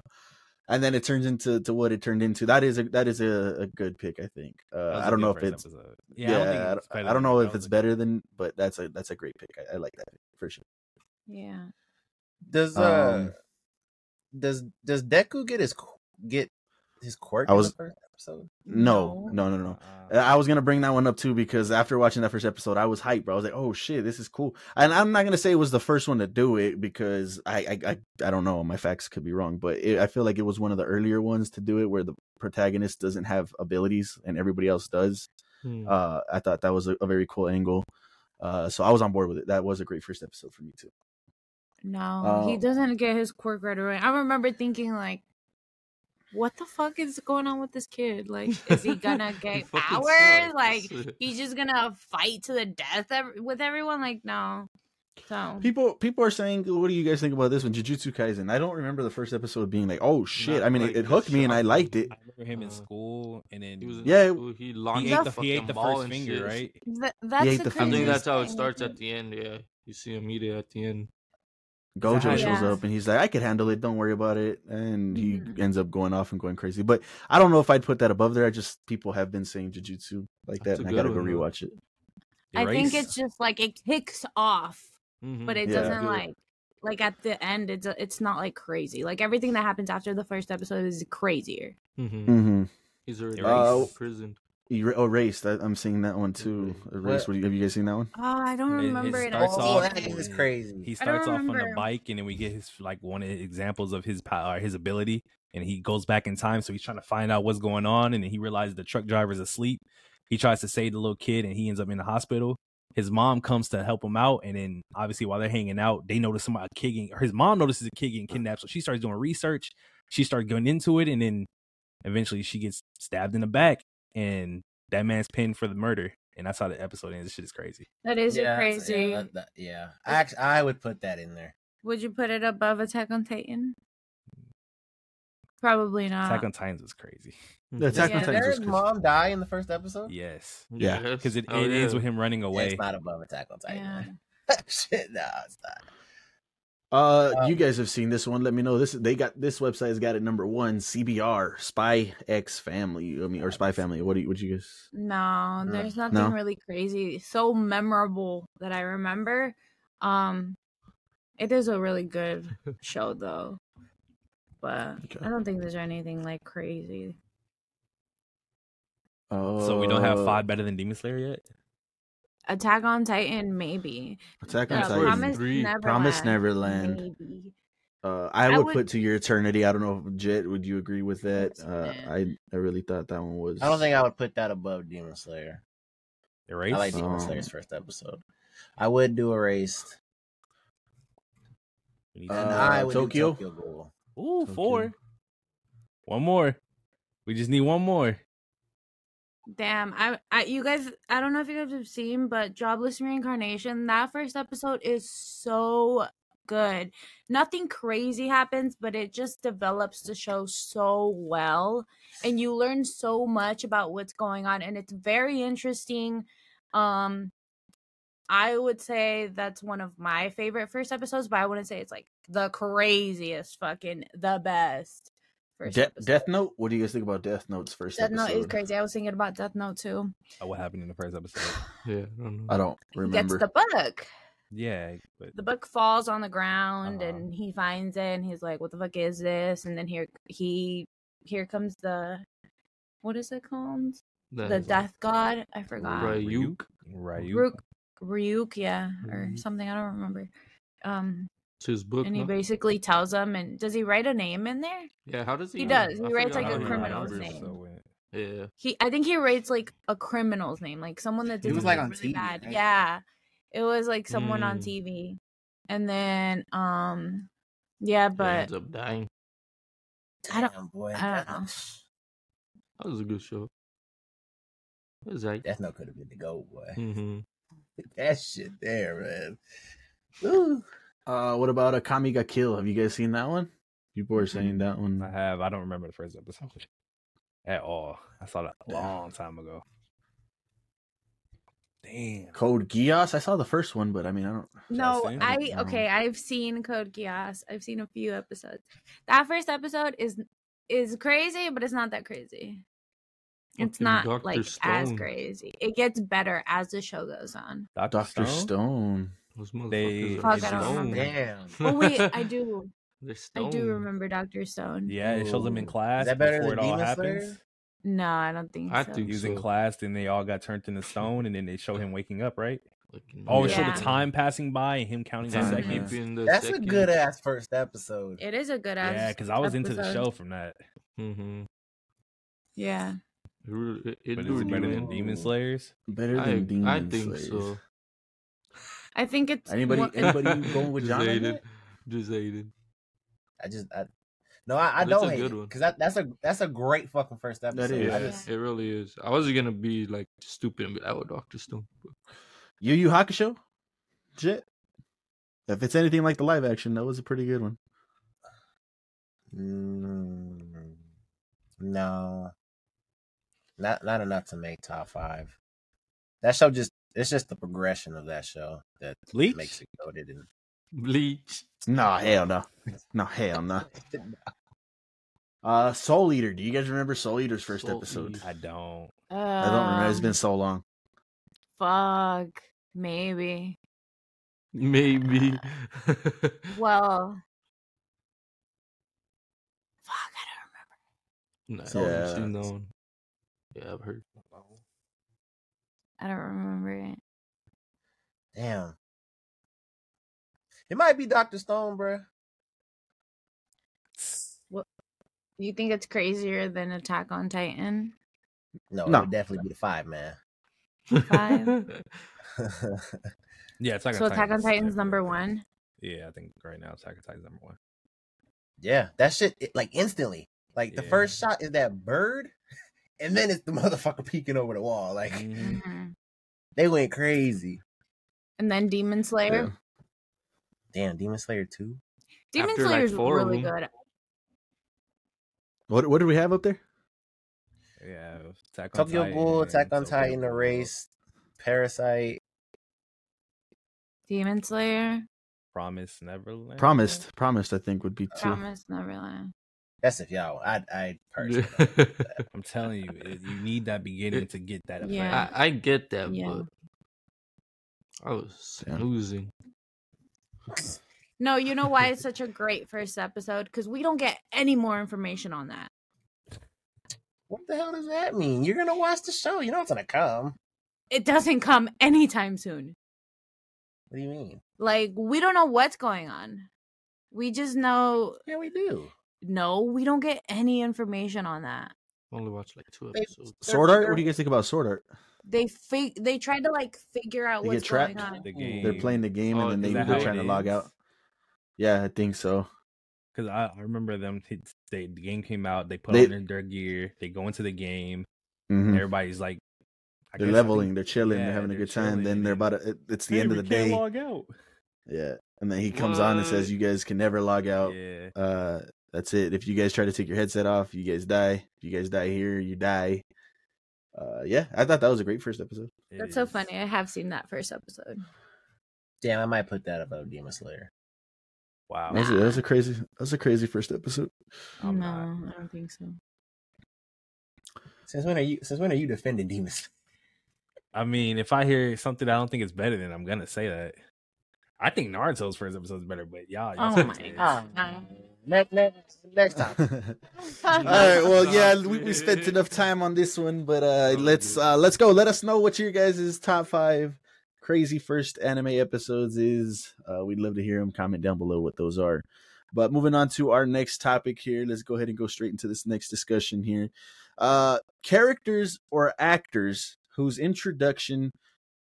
S2: and then it turns into to what it turned into that is a that is a, a good pick i think uh i don't know if it's yeah, I don't, I don't know if it's better than but that's a that's a great pick i, I like that pick for sure
S4: Yeah.
S1: does uh
S2: Um,
S1: does does Deku get his qu- get his quirk
S2: I
S1: in
S2: was-
S1: the first episode?
S2: no no no no, Uh, I was gonna bring that one up too because after watching that first episode, I was hyped, bro. I was like, "Oh shit, this is cool." And I'm not gonna say it was the first one to do it because I I I, I don't know. My facts could be wrong, but it, I feel like it was one of the earlier ones to do it where the protagonist doesn't have abilities and everybody else does.
S5: Hmm.
S2: Uh, I thought that was a, a very cool angle. Uh, so I was on board with it. That was a great first episode for me too.
S4: No,
S2: Oh.
S4: he doesn't get his quirk right away. I remember thinking like, what the fuck is going on with this kid? Like, is he gonna
S5: He
S4: get
S5: fucking
S4: powers?
S5: sucks.
S4: Like, he's just gonna fight to the death ev- with everyone? Like, no. So
S2: People people are saying, "What do you guys think about this one, Jujutsu Kaisen?" I don't remember the first episode being like, "Oh shit!" I mean,
S5: like
S2: it, it
S5: a
S2: hooked me and I
S5: shock.
S2: liked it.
S3: I remember him in
S5: Uh,
S3: school, and then
S5: He was in
S2: Yeah.
S5: school, He launched
S3: he
S5: the,
S3: ate the,
S5: fucking
S3: he ate the
S5: ball
S3: first
S5: and
S3: finger,
S5: shit.
S3: right?
S4: th- that's
S2: ate
S4: the
S2: the
S5: I think
S2: fingers.
S5: that's how it
S4: craziest
S5: starts
S4: thing.
S5: at the end. Yeah, you see him eat it at the end.
S2: Gojo
S3: how
S4: it
S2: shows
S4: is?
S2: up and he's like, "I could handle it. Don't worry about it." And he
S4: Mhm.
S2: ends up going off and going crazy. But I don't know if I'd put that above there. I just people have been saying Jujutsu like that,
S5: That's a
S2: and I
S5: good
S2: gotta go
S5: one, though.
S2: rewatch it.
S4: I think
S3: Erase.
S4: it's just like it kicks off,
S5: Mm-hmm.
S4: but it
S2: Yeah.
S4: doesn't
S5: Good.
S4: like like at the end. It's it's not like crazy. Like everything that happens after the first episode is crazier.
S5: hmm
S2: Mm-hmm.
S5: He's already
S3: Uh,
S5: in prison.
S2: Erased. I, I'm seeing oh, that one too. Erased.
S1: What-
S2: Mm-hmm. What, have you guys seen that one?
S4: Oh, I don't
S3: It- it
S4: remember it.
S3: starts
S4: all.
S1: Oh,
S3: off-
S1: that is crazy.
S3: He
S4: I don't
S3: starts off on the
S4: remember.
S3: bike, and then we get his like one of the examples of his power, his ability, and he goes back in time. So he's trying to find out what's going on, and then he realizes the truck driver's asleep. He tries to save the little kid, and he ends up in the hospital. His mom comes to help him out, and then obviously while they're hanging out, they notice somebody a kid getting, or his mom notices a kid getting kidnapped, so she starts doing research. She starts going into it, and then eventually she gets stabbed in the back, and that man's pinned for the murder. And that's how the episode ends. This shit is crazy.
S4: That is
S1: that's-
S4: crazy.
S1: Yeah, that- that- yeah. I actually, I would put that in there.
S4: Would you put it above Attack on Titan? Probably not.
S3: Attack on Titans is crazy.
S2: The Attack on
S4: Yeah,
S1: Did
S2: Titan.
S1: Eric's mom die in the first episode?
S3: Yes.
S2: Yeah,
S5: Mm-hmm. Yes.
S3: because it,
S5: Oh,
S3: it ends
S5: yeah.
S3: with him running
S1: Yeah,
S3: away.
S1: it's not above Attack on Titan.
S4: yeah.
S1: Shit, nah, it's not.
S2: Uh,
S1: Um,
S2: you guys have seen this one. Let me know. This they got this website has got it number one. CBR Spy X Family. I mean, or Spy Family. What do you? What you guys?
S4: No,
S1: No.
S4: there's nothing
S2: No.
S4: really crazy. So memorable that I remember. Um it is a really good show though. But
S2: Okay.
S4: I don't think there's anything like crazy.
S2: Oh,
S3: so we don't have five better than Demon Slayer yet.
S4: Attack on Titan, maybe.
S2: Attack on
S5: Yeah,
S4: Uh,
S2: Titan.
S4: Promise
S5: Three.
S4: Neverland.
S2: Promise Neverland.
S4: Maybe.
S2: Uh, I,
S4: I
S2: would,
S4: would-
S2: put to your eternity. I don't know, Jet. Would you agree with that?
S4: Yes,
S2: Uh,
S4: man.
S2: I I really thought that one was.
S1: I don't think I would put that above Demon Slayer.
S3: Erase.
S1: I like Demon
S2: Um,
S1: Slayer's first episode. I would do Erased.
S3: We need
S1: And
S2: Uh,
S1: I would
S2: Tokyo?
S1: do Tokyo Ghoul.
S3: some- Ooh,
S2: Tokyo.
S3: four. One more. We just need one more.
S4: Damn, I, I, you guys, I don't know if you guys have seen, but Jobless Reincarnation, that first episode is so good. Nothing crazy happens, but it just develops the show so well, and you learn so much about what's going on, and it's very interesting. Um, I would say that's one of my favorite first episodes, but I wouldn't say it's like the craziest, fucking the best. First
S2: De-
S4: episode.
S2: Death Note. What do you guys think about Death Note's first
S4: Death
S2: episode?
S4: Note is crazy. I was thinking about Death Note too.
S3: Oh, what happened in the first episode?
S5: Yeah, I don't know.
S2: I don't
S4: He
S2: remember.
S4: gets the book.
S3: yeah, but
S4: The book falls on the ground
S3: Uh-huh.
S4: and he finds it and he's like, What the fuck is this? And then here he here comes the what is it called?
S5: That
S4: the
S5: is-
S4: death god? I forgot.
S5: Right. Ryuk.
S3: Ryuk.
S4: Ryuk Ryuk, yeah, or
S5: Ryuk.
S4: something. I don't remember. Um
S5: It's his book.
S4: and he
S5: no?
S4: basically tells him and does he write a name in there?
S5: Yeah, how does he?
S4: He
S5: know?
S4: does. He
S5: I
S4: writes,
S5: forgot
S4: like,
S5: how
S4: a
S5: he
S4: criminal's
S5: remembers.
S4: name.
S5: Yeah.
S4: He I think he writes like a criminal's name, like someone that did
S1: It was,
S4: something
S1: like, on
S4: really
S1: TV,
S4: bad.
S1: right?
S4: Yeah. It was like someone on
S5: Mm.
S4: TV. And then um yeah,
S5: But
S4: but
S5: ends up dying.
S4: I don't-
S1: Damn, boy.
S4: I don't know.
S5: That was a good show. It was like.
S1: Death Note could have been the gold boy.
S5: hmm
S1: That shit there, man. Ooh.
S2: Uh, what about Akami ga Kill? Have you guys seen that one? People are saying that one.
S3: I have. I don't remember the first episode at all. I saw that a
S2: Yeah.
S3: long time ago. Damn.
S2: Code Geass. I saw the first one, but I mean, I don't.
S4: No,
S3: Justin?
S4: I
S2: No.
S4: okay. I've seen Code Geass. I've seen a few episodes. That first episode is is crazy, but it's not that crazy. It's
S5: Fucking
S4: not
S5: Dr.
S4: like as
S5: Stone.
S4: crazy. It gets better as the show goes on.
S3: Doctor
S2: Doctor Stone.
S5: Those motherfuckers
S3: They-
S5: are
S4: Fuck, I don't
S5: stoned.
S4: remember.
S1: Damn.
S4: Oh wait, I do.
S5: They're
S4: I do
S5: stoned.
S4: remember Doctor Stone.
S3: Yeah, it shows him in
S1: Ooh.
S3: class
S1: Is that better
S3: before
S1: than
S3: it all
S1: Demon
S3: happens.
S1: Slayer?
S4: No, I don't think
S5: I
S4: so.
S5: think-
S3: He was in
S5: so.
S3: class, then they all got turned into stone, and then they show him waking up, right?
S5: Fucking
S3: Always
S4: Yeah.
S3: show Oh, the time passing by and him counting the
S5: Time
S2: Yeah.
S3: seconds.
S5: keeping the
S1: That's a
S5: second.
S1: good ass first episode.
S4: it is a good ass.
S3: Yeah, because I was into the
S4: episode.
S3: show from that.
S5: Mm-hmm.
S4: Yeah,
S5: It, really- it, it
S3: But is
S5: do
S3: it better
S5: do
S3: than
S5: it.
S3: Demon Slayers?
S2: Better
S5: I,
S2: than Demon
S5: I
S2: Slayer.
S5: think so.
S4: I think it's
S2: Anybody-
S4: one-
S2: anybody going with
S5: Just
S2: John on
S5: hating.
S2: that?
S5: Just hating.
S1: I just I, no, I, I
S5: That's
S1: don't
S5: a
S1: hate
S5: good
S1: it
S5: one.
S1: because that, that's a that's a great fucking first episode.
S2: is.
S1: I
S5: Yeah,
S1: just,
S4: Yeah.
S5: it really is. I was gonna be like stupid and be like, "Oh, Doctor Stone." but
S2: Yu Yu Hakusho? Shit. If it's anything like the live action, that was a pretty good one.
S1: Mm, no, not not enough to make top five. That show just it's just the progression of that show that
S3: Bleach?
S1: makes it goaded. And
S5: Bleach.
S2: Nah, hell no. No, hell no. Uh Soul Eater. Do you guys remember Soul Eater's first
S5: Soul
S2: episode?
S5: Eater.
S3: I don't.
S2: I don't remember. It's
S4: Um,
S2: been so long.
S4: fuck. Maybe.
S5: Maybe.
S4: Well. Fuck. I don't remember.
S5: nah,
S2: So-
S5: I haven't
S2: Yeah.
S5: seen that one. Yeah, I've heard.
S4: I don't remember it.
S1: Damn, it might be Doctor Stone, bruh.
S4: You think it's crazier than Attack on Titan?
S1: No,
S2: No.
S1: it would definitely be the five man.
S4: Five.
S3: Yeah, Attack on
S4: so Attack
S3: Titan
S4: on
S3: is
S4: Titan's number
S3: definitely-
S4: one.
S3: Yeah, I think right now Attack on Titan's number one.
S1: yeah, that shit it, like instantly. Like the
S3: Yeah.
S1: first shot is that bird, and then it's the motherfucker peeking over the wall. Like
S3: Mhm.
S5: Mm-hmm.
S4: Mhm.
S1: they went crazy.
S4: And then Demon Slayer.
S2: Yeah.
S1: Damn, Demon Slayer two.
S4: Demon
S5: After, like,
S4: Slayer's
S5: four of
S4: really
S5: them.
S4: good.
S2: What what do we have up there?
S3: Yeah, Attack on
S1: Tokyo
S3: Titan,
S1: Ghoul, Attack on
S3: Tokyo
S1: Titan, The
S3: Ghoul.
S1: Race, Parasite.
S4: Demon Slayer.
S3: Promise Neverland.
S2: Promised. Promised, I think, would be two.
S4: Promise Neverland.
S1: That's if y'all. I I personally.
S3: I'm telling you, it, you need that beginning to get that effect.
S4: Yeah.
S5: I, I get that,
S4: Yeah.
S5: but I was
S2: Damn.
S5: snoozing.
S4: No, you know why it's such a great first episode? Because we don't get any more information on that.
S1: What the hell does that mean? You're gonna watch the show. You know it's gonna come.
S4: It doesn't come anytime soon.
S1: What do you mean?
S4: Like, we don't know what's going on. We just know,
S1: Yeah, we do.
S4: no, we don't get any information on that.
S5: Only watched like two
S1: They-
S5: episodes.
S2: Sword art? What do you guys think about sword art?
S4: They fig- they tried to like figure out
S2: They
S4: what's
S2: get
S4: going
S2: trapped.
S4: on.
S3: The game.
S2: They're playing the game
S5: Oh,
S2: and then
S5: is
S2: they,
S5: that
S2: they're
S5: how
S2: trying
S5: it
S2: to log
S5: is?
S2: out. Yeah, I think so.
S3: because I, I remember them. it's- They the game came out. They put
S2: They-
S3: on their, their gear. They go into the game.
S2: Mhm.
S3: Everybody's like, I
S2: They're
S3: guess I
S2: leveling,
S3: think-
S2: they're chilling,
S3: yeah,
S2: they're having a
S3: they're
S2: good time.
S3: chilling,
S2: Then
S3: and
S2: they're
S3: then-
S2: about to, it, it's the
S3: "Hey,
S2: end of
S3: we
S2: the
S3: can't
S2: day.
S3: Log out.
S2: Yeah. And then he comes on and says,
S5: What?
S2: You guys can never log out.
S3: Yeah.
S2: Uh, that's it. If you guys try to take your headset off, you guys die. If you guys die here, you die. Uh, yeah, I thought that was a great first episode.
S3: it
S4: That's so
S3: is.
S4: funny. I have seen that first episode.
S1: Damn, I might put that above Demon Slayer.
S3: Wow.
S2: That was, a, that was a crazy, that was a crazy first episode.
S3: I'm
S4: no,
S3: not.
S4: I don't think so.
S1: Since when are you? Since when are you defending Demon Slayer?
S3: I mean, if I hear something I don't think is better, then I'm gonna say that. I think Naruto's first episode is better, but y'all. y'all
S4: Oh
S3: said
S4: my
S3: it.
S4: God.
S1: next, next, next
S2: All
S1: time.
S2: right, well, yeah, we, we spent enough time on this one, but uh, let's uh, let's go. Let us know what your guys' top five crazy first anime episodes is. Uh, we'd love to hear them. Comment down below what those are. But moving on to our next topic here, let's go ahead and go straight into this next discussion here. Uh, characters or actors whose introduction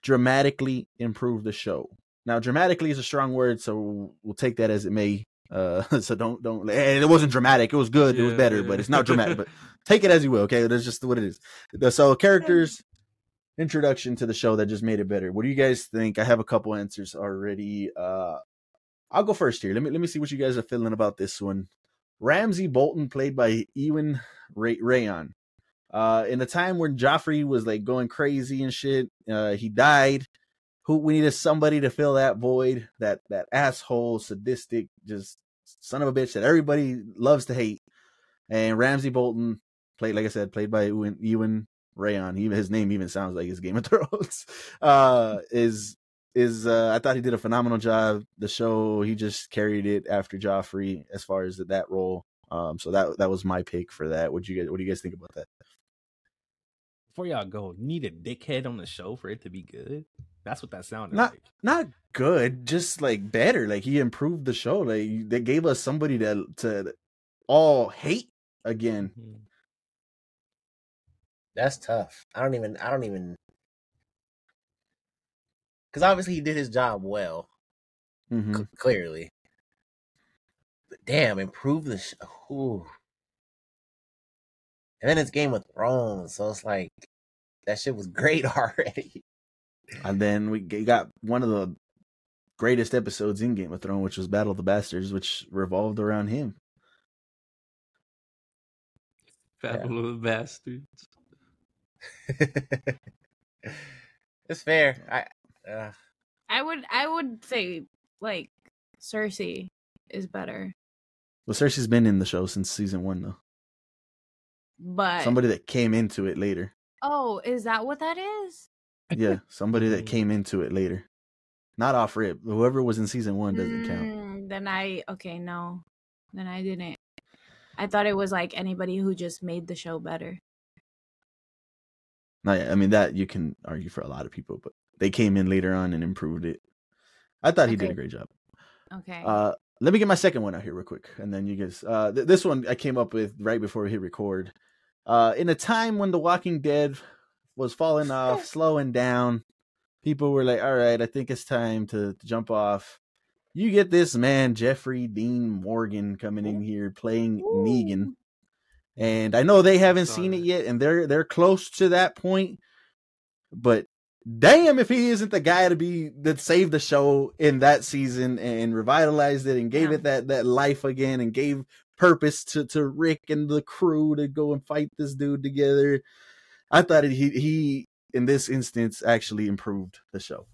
S2: dramatically improved the show. Now, dramatically is a strong word, so we'll take that as it may. Uh, so don't don't. And it wasn't dramatic. It was good. it was
S5: Yeah,
S2: better,
S5: yeah.
S2: but it's not dramatic. but take it as you will. Okay, that's just what it is. The- So characters introduction to the show that just made it better. What do you guys think? I have a couple answers already. Uh, I'll go first here. Let me let me see what you guys are feeling about this one. Ramsey Bolton, played by Ewan Ray- Rayon. Uh, in the time when Joffrey was like going crazy and shit, uh, he died. Who we needed somebody to fill that void, that that asshole, sadistic, just son of a bitch that everybody loves to hate. And Ramsey Bolton, played like I said, played by Ewan, Ewan Rayon. Even his name even sounds like his Game of Thrones. Uh, is is uh, I thought he did a phenomenal job. The show he just carried it after Joffrey as far as that role. Um, so that that was my pick for that. What you guys what do you guys think about that?
S3: Before y'all go, need a dickhead on the show for it to be good. That's what that sounded
S2: Not-
S3: like.
S2: Not good, just like better. Like he improved the show. Like they gave us somebody that to all hate again.
S1: That's tough. I don't even. I don't even. because obviously he did his job well,
S2: Mhm.
S1: c- clearly. But damn, improve the. Sh- ooh. And then it's Game of Thrones, so it's like that shit was great already.
S2: And then we g- got one of the greatest episodes in Game of Thrones, which was Battle of the Bastards, which revolved around him.
S5: Fabulous bastards.
S1: it's fair. I. Uh,
S4: I would I would say like Cersei is better,
S2: Well, Cersei's been in the show since season one, though.
S4: but
S2: Somebody that came into it later.
S4: oh, is that what that is?
S2: Yeah, somebody
S4: Mm-hmm.
S2: that came into it later. Not off rip. Whoever was in season one doesn't count.
S4: Mm, Then I okay no, then I didn't. I thought it was like anybody who just made the show better.
S2: No, yeah, I mean that you can argue for a lot of people, but they came in later on and improved it. I thought he did
S4: Okay.
S2: a great job.
S4: Okay.
S2: Uh, let me get my second one out here real quick, and then you guys. Uh, th- this one I came up with right before we hit record. Uh, in a time when The Walking Dead was falling off, slowing down, people were like, "All right, I think it's time to, to jump off." You get this man Jeffrey Dean Morgan coming in here playing Negan
S4: Ooh.
S2: and I know they haven't
S5: Saw
S2: seen it
S5: that.
S2: yet, and they're they're close to that point. But damn, if he isn't the guy to be that saved the show in that season and revitalized it and gave
S4: Yeah.
S2: it that that life again and gave purpose to to Rick and the crew to go and fight this dude together. I thought he he in this instance actually improved the show.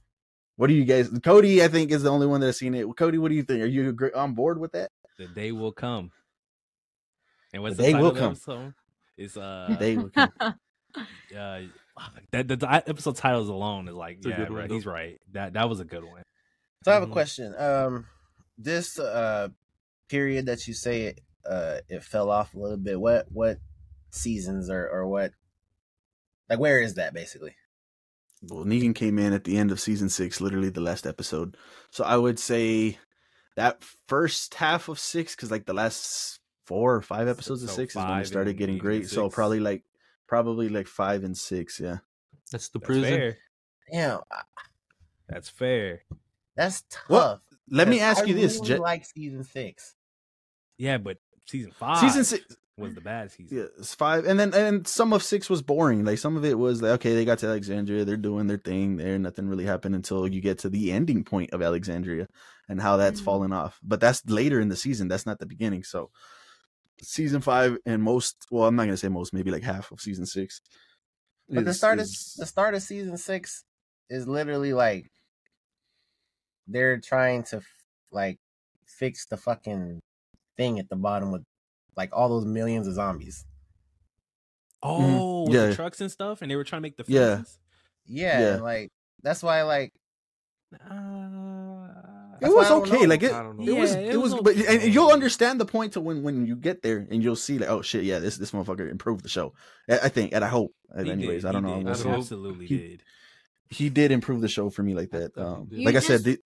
S2: What do you guys? Cody, I think is the only one that's seen it. Cody, what do you think? Are you agree- on board with that?
S3: The day will come. And what's
S2: The
S3: the,
S2: day
S3: title
S2: will
S3: of the
S2: come.
S3: episode? It's uh,
S2: They look
S3: uh that the, the episode titles alone is like,
S5: It's a
S3: yeah,
S5: good one,
S3: right,
S5: though.
S3: he's right. That that was a good one.
S1: So I have a
S2: Mm-hmm.
S5: Mhm.
S1: question. Um, this uh period that you say it uh it fell off a little bit. What what seasons or or what? Like where is that basically?
S2: Well, Negan came in at the end of season six, literally the last episode. So I would say that first half of six, because like the last four or five
S3: So-
S2: episodes of
S3: so
S2: six is when it
S3: five
S2: started
S3: and
S2: getting
S3: even
S2: great. So
S3: six.
S2: probably like probably like five and six, yeah.
S5: That's the
S3: That's
S5: prison.
S3: fair.
S1: Damn, I-
S3: That's fair.
S1: that's tough.
S2: Well, Let me
S1: 'cause
S2: ask
S1: I
S2: you this:
S1: really
S2: Je-
S1: like season six.
S3: Yeah, but season five
S2: season six,
S3: was the bad season.
S2: yeah, it's five, and then and some of six was boring. Like some of it was like, okay, they got to Alexandria, they're doing their thing there, nothing really happened until you get to the ending point of Alexandria, and how that's
S1: Mm-hmm.
S4: Mhm.
S2: fallen off. But that's later in the season. That's not the beginning. So season five and most, well, I'm not gonna say most, maybe like half of season six.
S1: But the
S2: is-
S1: start of
S2: is-
S1: the start of season six is literally like they're trying to f- like fix the fucking thing at the bottom with like all those millions of zombies.
S3: Oh, with
S2: Mm-hmm. Yeah.
S3: the trucks and stuff, and they were trying to make the
S2: Yeah.
S3: fences.
S1: Yeah,
S2: Yeah.
S1: and like that's why like
S3: Uh,
S2: it
S1: That's why
S2: was
S1: I don't
S2: okay.
S1: know.
S2: Like it,
S5: I don't know.
S2: it was,
S3: Yeah,
S2: it,
S3: it
S2: was,
S3: was
S2: but and and you'll
S3: okay.
S2: understand the point to when when you get there and you'll see like, oh shit, yeah, this this motherfucker improved the show. I, I think, and I hope.
S3: he
S2: Anyways,
S3: did,
S2: I don't
S3: he
S2: know.
S3: did.
S2: We'll
S5: I
S2: see.
S5: hope-
S3: absolutely
S2: He-
S3: did.
S2: he did improve the show for me like that.
S5: I thought
S2: Um,
S5: he did.
S2: like I
S4: You
S2: said, the,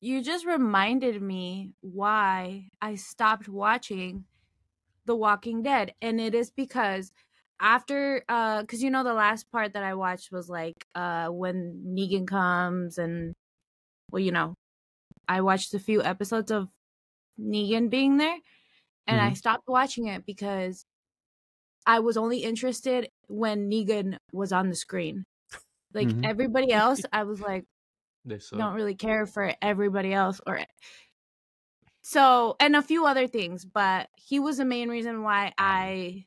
S4: you just reminded me why I stopped watching The Walking Dead. And it is because after uh because you know the last part that I watched was like uh when Negan comes and well, you know, I watched a few episodes of Negan being there and I stopped watching it because I was only interested when Negan was on the screen. Like
S2: Mhm.
S4: everybody else, I was like
S5: They suck.
S4: don't really care for everybody else or so and a few other things but he was the main reason why
S3: Mm-hmm.
S4: i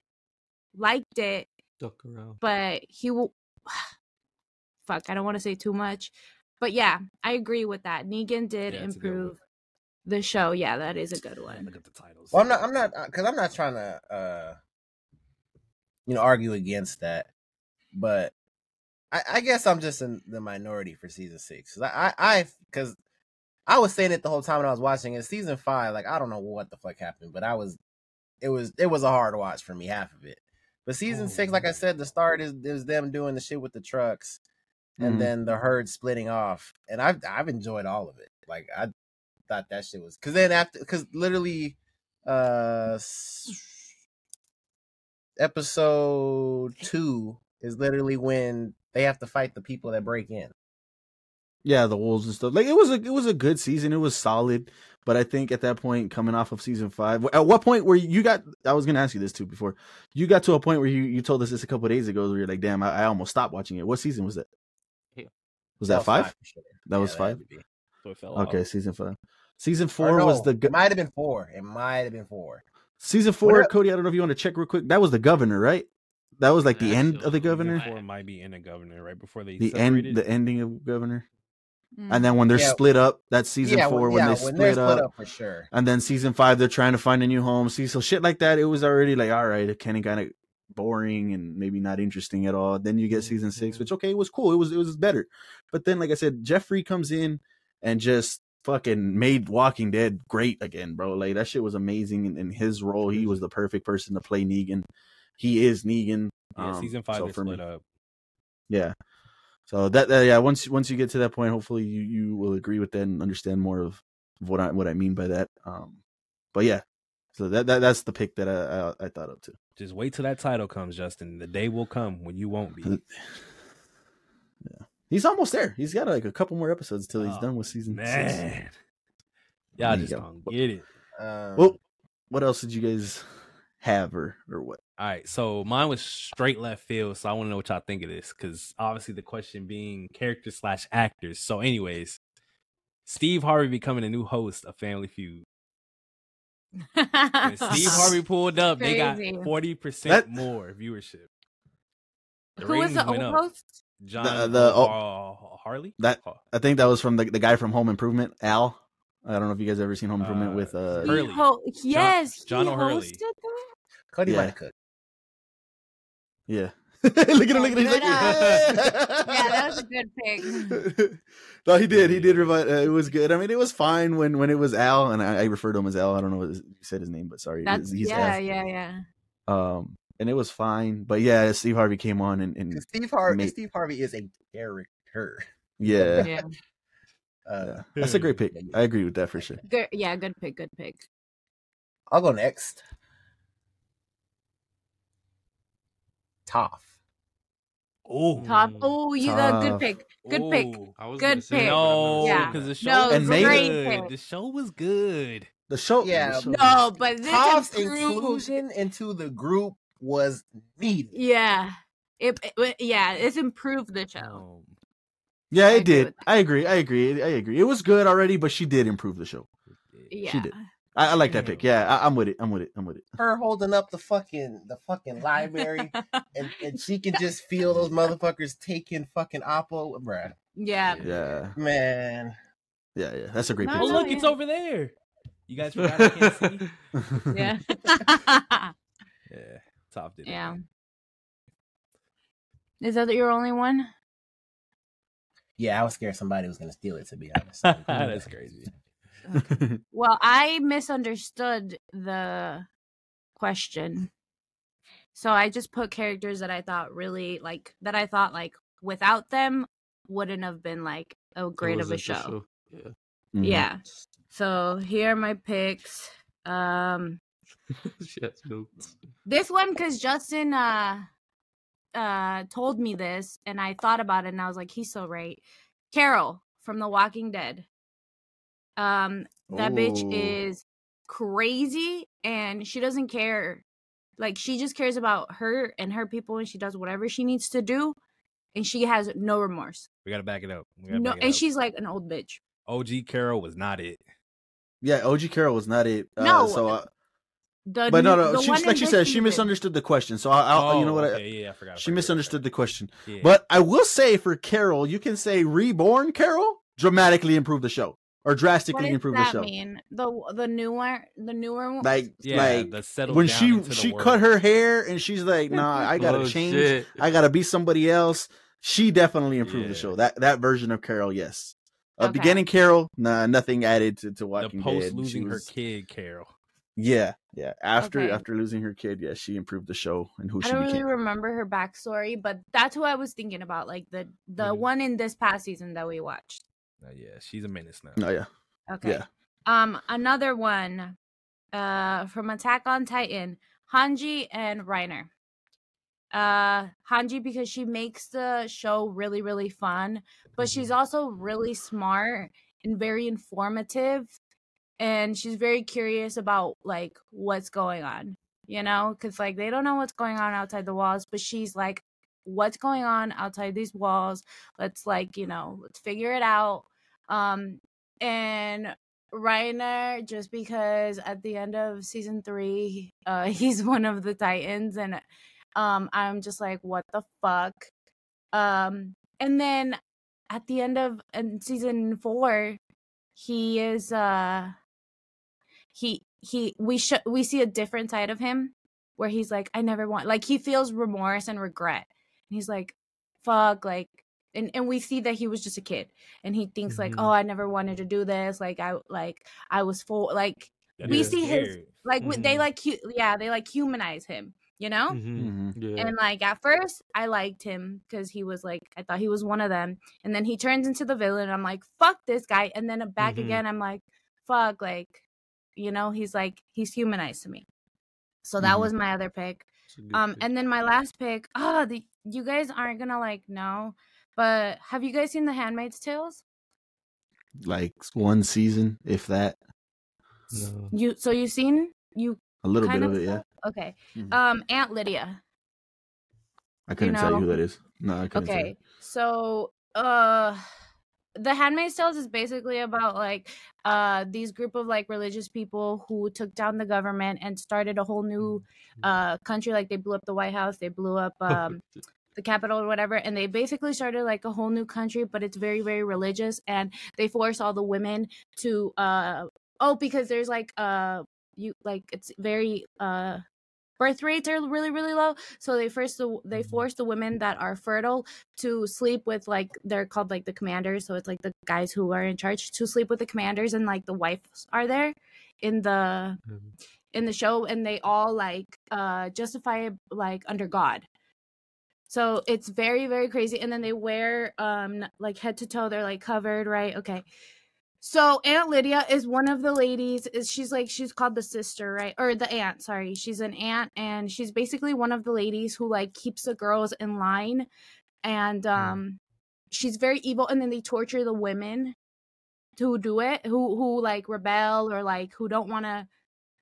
S4: liked it
S5: Duck around.
S4: but he will fuck i don't want to say too much but yeah i agree with that negan did
S3: Yeah, it's a good one.
S4: improve the show yeah that is a good
S3: Yeah,
S4: one
S3: Look at the titles.
S1: Well, I'm not. I'm not because I'm not trying to, uh, you know, argue against that. But I, I guess I'm just in the minority for season six. 'Cause I, I, because I, was saying it the whole time when I was watching it. Season five, like I don't know what the fuck happened, but I was, it was, it was a hard watch for me, half of it. But season
S5: Oh,
S1: six, like I
S5: man.
S1: said, the start is is them doing the shit with the trucks, and
S2: Mhm.
S1: then the herd splitting off, and I've I've enjoyed all of it. Like I thought that shit was because then after because literally uh s- episode two is literally when they have to fight the people that break in
S2: Yeah, the wolves and stuff. Like it was a it was a good season. It was solid, but I think at that point, coming off of season five, at what point where you got? I was gonna ask you this too before. You got to a point where you you told us this a couple of days ago where you're like, damn, I, I almost stopped watching it. What season was that?
S5: Yeah.
S2: Was that
S1: was
S2: five?
S1: for sure.
S2: That
S1: Yeah,
S2: was
S1: had
S2: five.
S1: to be.
S3: So it fell
S2: Okay,
S3: off.
S2: season five. Season
S1: Or
S2: four was
S1: no,
S2: the go-
S1: it might have been four. It might have been four.
S2: season four.
S1: What-
S2: Cody, I don't know if you want to check real quick. That was the governor, right? That was like the
S5: I
S2: end
S5: don't
S2: of the
S5: know.
S2: governor.
S3: Before it might be in a governor right before they
S2: The
S3: separated.
S2: end. The ending of governor.
S4: Mm.
S2: And then when they're
S1: Mm-hmm. Yeah.
S2: split up, that's season
S1: yeah,
S2: four
S1: well,
S2: when
S1: yeah,
S2: they
S1: they're
S2: split,
S1: split
S2: up.
S1: for sure.
S2: And then season five, they're trying to find a new home. See, so shit like that, it was already like, all right, kind of kind of boring and maybe not interesting at all. Then you get season six,
S1: Mm-hmm.
S5: Mhm.
S2: which okay, it was cool. It was it was better. But then, like I said, Jeffrey comes in and just fucking made Walking Dead great again, bro. Like that shit was amazing. And in his role, he was the perfect person to play Negan. He is Negan.
S3: yeah,
S2: Um,
S3: season five
S2: so
S3: they
S2: for me-
S3: split up.
S2: yeah. So that, that yeah, once once you get to that point, hopefully you you will agree with that and understand more of what I what I mean by that. Um, but yeah, so that, that that's the pick that I I, I thought of too.
S3: Just wait till that title comes, Justin. The day will come when you won't be.
S2: Yeah, he's almost there. He's got like a couple more episodes till he's
S3: Oh,
S2: done with season six.
S3: Man, y'all
S2: There you
S3: just
S2: go.
S3: don't get it.
S1: Um,
S2: Well, what else did you guys have or or what?
S3: All right, so mine was straight left field, so I want to know what y'all think of this because obviously the question being character slash actors. So, anyways, Steve Harvey becoming a new host of Family Feud.
S4: Mm.
S3: When Steve Harvey pulled up, they got
S4: Crazy.
S3: forty percent
S2: That-
S3: more viewership. The
S4: Who was
S3: ratings
S4: the
S3: went
S4: old
S3: up.
S4: host?
S3: John
S2: The- the- oh.
S3: Har- Harley.
S2: That-
S3: Har-
S2: I think that was from the the guy from Home Improvement, Al. I don't know if you guys ever seen Home Improvement
S3: Uh,
S2: with uh
S4: He
S3: Hurley.
S4: ho- yes,
S3: John
S4: he
S3: O'Hurley.
S4: hosted that?
S1: Cody
S2: yeah.
S1: might have cooked.
S2: yeah. look at him, look at him. He's like,
S4: Good,
S2: yeah.
S4: Yeah, that was a good pick.
S2: no, he did. He did. Revive, uh, it was good. I mean, it was fine when when it was Al, and I, I referred to him as Al. I don't know what his, you said his name, but sorry,
S4: That's
S2: he's
S4: yeah,
S2: Al.
S4: yeah, yeah.
S2: Um, and it was fine. But yeah, Steve Harvey came on, and, and
S1: 'Cause Steve Harvey.
S2: Mate.
S1: Steve Harvey is a character.
S2: yeah,
S4: Yeah.
S1: Uh,
S2: yeah. that's a great pick. I agree with that for sure.
S4: Good yeah, good pick, good pick.
S1: I'll go next. Toph.
S3: Oh,
S4: Top.
S5: Mm.
S4: Oh, you got a good
S2: Tough.
S4: pick. Good pick.
S5: I was
S4: Good
S5: gonna say
S4: pick.
S5: that, but I'm
S3: No,
S5: not
S4: Yeah.
S5: sure.
S3: because the show
S4: No,
S3: was
S2: And Megan-
S3: good.
S4: great
S3: The show was good.
S2: The show,
S1: Yeah,
S2: the show-
S4: No, but this
S1: Toph's
S4: improved-
S1: inclusion into the group was needed.
S4: Yeah. It, it yeah, it's improved the show.
S3: Um,
S2: yeah,
S4: I
S2: it
S4: agree
S2: did.
S4: with
S2: I agree. I agree. I agree. It was good already, but she did improve the show.
S4: Yeah.
S2: did. I, I like that pick. Yeah, I, I'm with it. I'm with it. I'm with it.
S1: Her holding up the fucking the fucking library, and, and she can just feel those motherfuckers taking fucking Oppo, bruh.
S4: yeah.
S2: Yeah,
S1: Man,
S2: yeah, yeah. That's a great
S4: No,
S3: Oh,
S4: no,
S3: look, it's
S4: yeah.
S3: over there. You guys forgot I can't see.
S2: pick.
S4: Yeah.
S3: Yeah, top did it.
S4: yeah.
S3: man.
S4: Is that your only one?
S1: yeah, I was scared somebody was gonna steal it. To be honest,
S3: That's crazy.
S4: Well, I misunderstood the question. So I just put characters that I thought really like that I thought like without them wouldn't have been like a
S5: It
S4: great of a
S5: wasn't
S4: show.
S5: the Yeah.
S2: Mhm.
S4: Yeah. So here are my picks. Um
S5: she has notes.
S4: this one cuz Justin uh uh told me this and I thought about it and I was like he's so right. Carol from The Walking Dead. Um that bitch
S2: Ooh.
S4: is crazy and she doesn't care. Like she just cares about her and her people and she does whatever she needs to do and she has no remorse.
S3: We gotta back it up. We gotta
S4: No
S3: back it
S4: and
S3: up.
S4: she's like an old bitch.
S3: OG Carol was not it.
S2: Yeah, OG Carol was not it. Uh,
S4: No,
S2: so, uh,
S4: The
S2: but no,
S4: new-
S2: no,
S4: the
S2: she,
S4: one in
S2: like she
S4: this
S2: said, she
S4: season.
S2: misunderstood the question. So, I, I,
S3: oh,
S2: you know what?
S3: Okay, yeah, I forgot. I
S2: I,
S3: forgot,
S2: she
S3: I
S2: misunderstood the question.
S3: forgot. Yeah.
S2: But I will say for Carol, you can say reborn Carol dramatically improved the show or
S4: What
S2: drastically
S4: does
S2: improved the
S4: that
S2: show.
S4: mean? The the newer the newer one.
S2: Like,
S3: yeah,
S2: like
S3: the settle
S2: when
S3: down
S2: she
S3: into the
S2: she
S3: world.
S2: cut her hair and she's like, "Nah, I gotta
S5: Oh,
S2: change.
S5: shit.
S2: I gotta be somebody else." She definitely improved
S3: Yeah.
S2: the show. That that version of Carol, yes. Uh,
S4: Okay.
S2: Beginning Carol, nah, nothing added to, to Walking
S3: the post
S2: Dead. She
S3: losing her
S2: was-
S3: kid Carol.
S2: Yeah, yeah. After
S4: Okay.
S2: after losing her kid, yeah, she improved the show and who
S4: I
S2: she
S4: don't really
S2: became.
S4: remember her backstory, but that's who I was thinking about. Like the the
S2: Mm-hmm.
S3: Mhm.
S4: one in this past season that we watched.
S3: Uh, yeah, she's a menace now.
S2: No, Oh, yeah,
S4: Okay.
S2: yeah.
S4: Um, another one, uh, from Attack on Titan, Hanji and Reiner. uh Hanji because she makes the show really really fun, but she's also really smart and very informative and she's very curious about like what's going on. You know, cuz like they don't know what's going on outside the walls, but she's like what's going on outside these walls. Let's like, you know, let's figure it out. Um and Reiner, just because at the end of season three, uh, he's one of the Titans, and um, I'm just like, what the fuck? Um, and then at the end of in season four, he is uh, he he we sh- we see a different side of him where he's like, I never want like he feels remorse and regret, and he's like, fuck, like and and we see that he was just a kid and he thinks like
S5: Mhm.
S4: oh i never wanted to do this like i like i was full like
S3: That
S4: We
S3: nigga's
S4: see his-
S3: scared.
S4: like w they
S5: Mhm.
S4: like hu- yeah they like humanize him you know
S5: Mhm.
S2: Mm-hmm. Mm.
S5: Yeah.
S4: and like at first i liked him because he was like i thought he was one of them and then he turns into the villain and i'm like fuck this guy and then uh, back
S2: Mm-hmm.
S5: Mhm.
S4: again i'm like fuck like you know he's like he's humanized to me so that
S2: Mhm.
S4: was my other pick
S5: It's a good
S4: um,
S5: pick.
S4: and then my last pick. Oh, the you guys aren't gonna like know, but have you guys seen The Handmaid's Tales?
S2: Like one season, if that.
S5: No.
S4: You so you've seen you
S2: A Oh. little
S4: kind
S2: bit
S4: of,
S2: of it, yeah.
S4: saw- Okay.
S2: Mhm.
S4: Um, Aunt Lydia.
S2: I couldn't tell you
S4: know.
S2: who that is. No, I couldn't tell you.
S4: Okay, so uh, The Handmaid's Tales is basically about like uh these group of like religious people who took down the government and started a whole new uh country. Like they blew up the White House, they blew up um the capital or whatever and they basically started like a whole new country but it's very very religious and they force all the women to uh oh because there's like uh you like it's very uh birth rates are really really low so they first the, they
S5: Mhm.
S4: force the women that are fertile to sleep with like they're called like the commanders so it's like the guys who are in charge to sleep with the commanders and like the wives are there in the
S5: Um,
S4: in the show and they all like uh justify it like under god so it's very very crazy and then they wear um n- like head to toe they're like covered right okay so aunt lydia is one of the ladies is she's like she's called the sister right or the aunt sorry she's an aunt and she's basically one of the ladies who like keeps the girls in line and um she's very evil and then they torture the women who do it who who like rebel or like who don't want to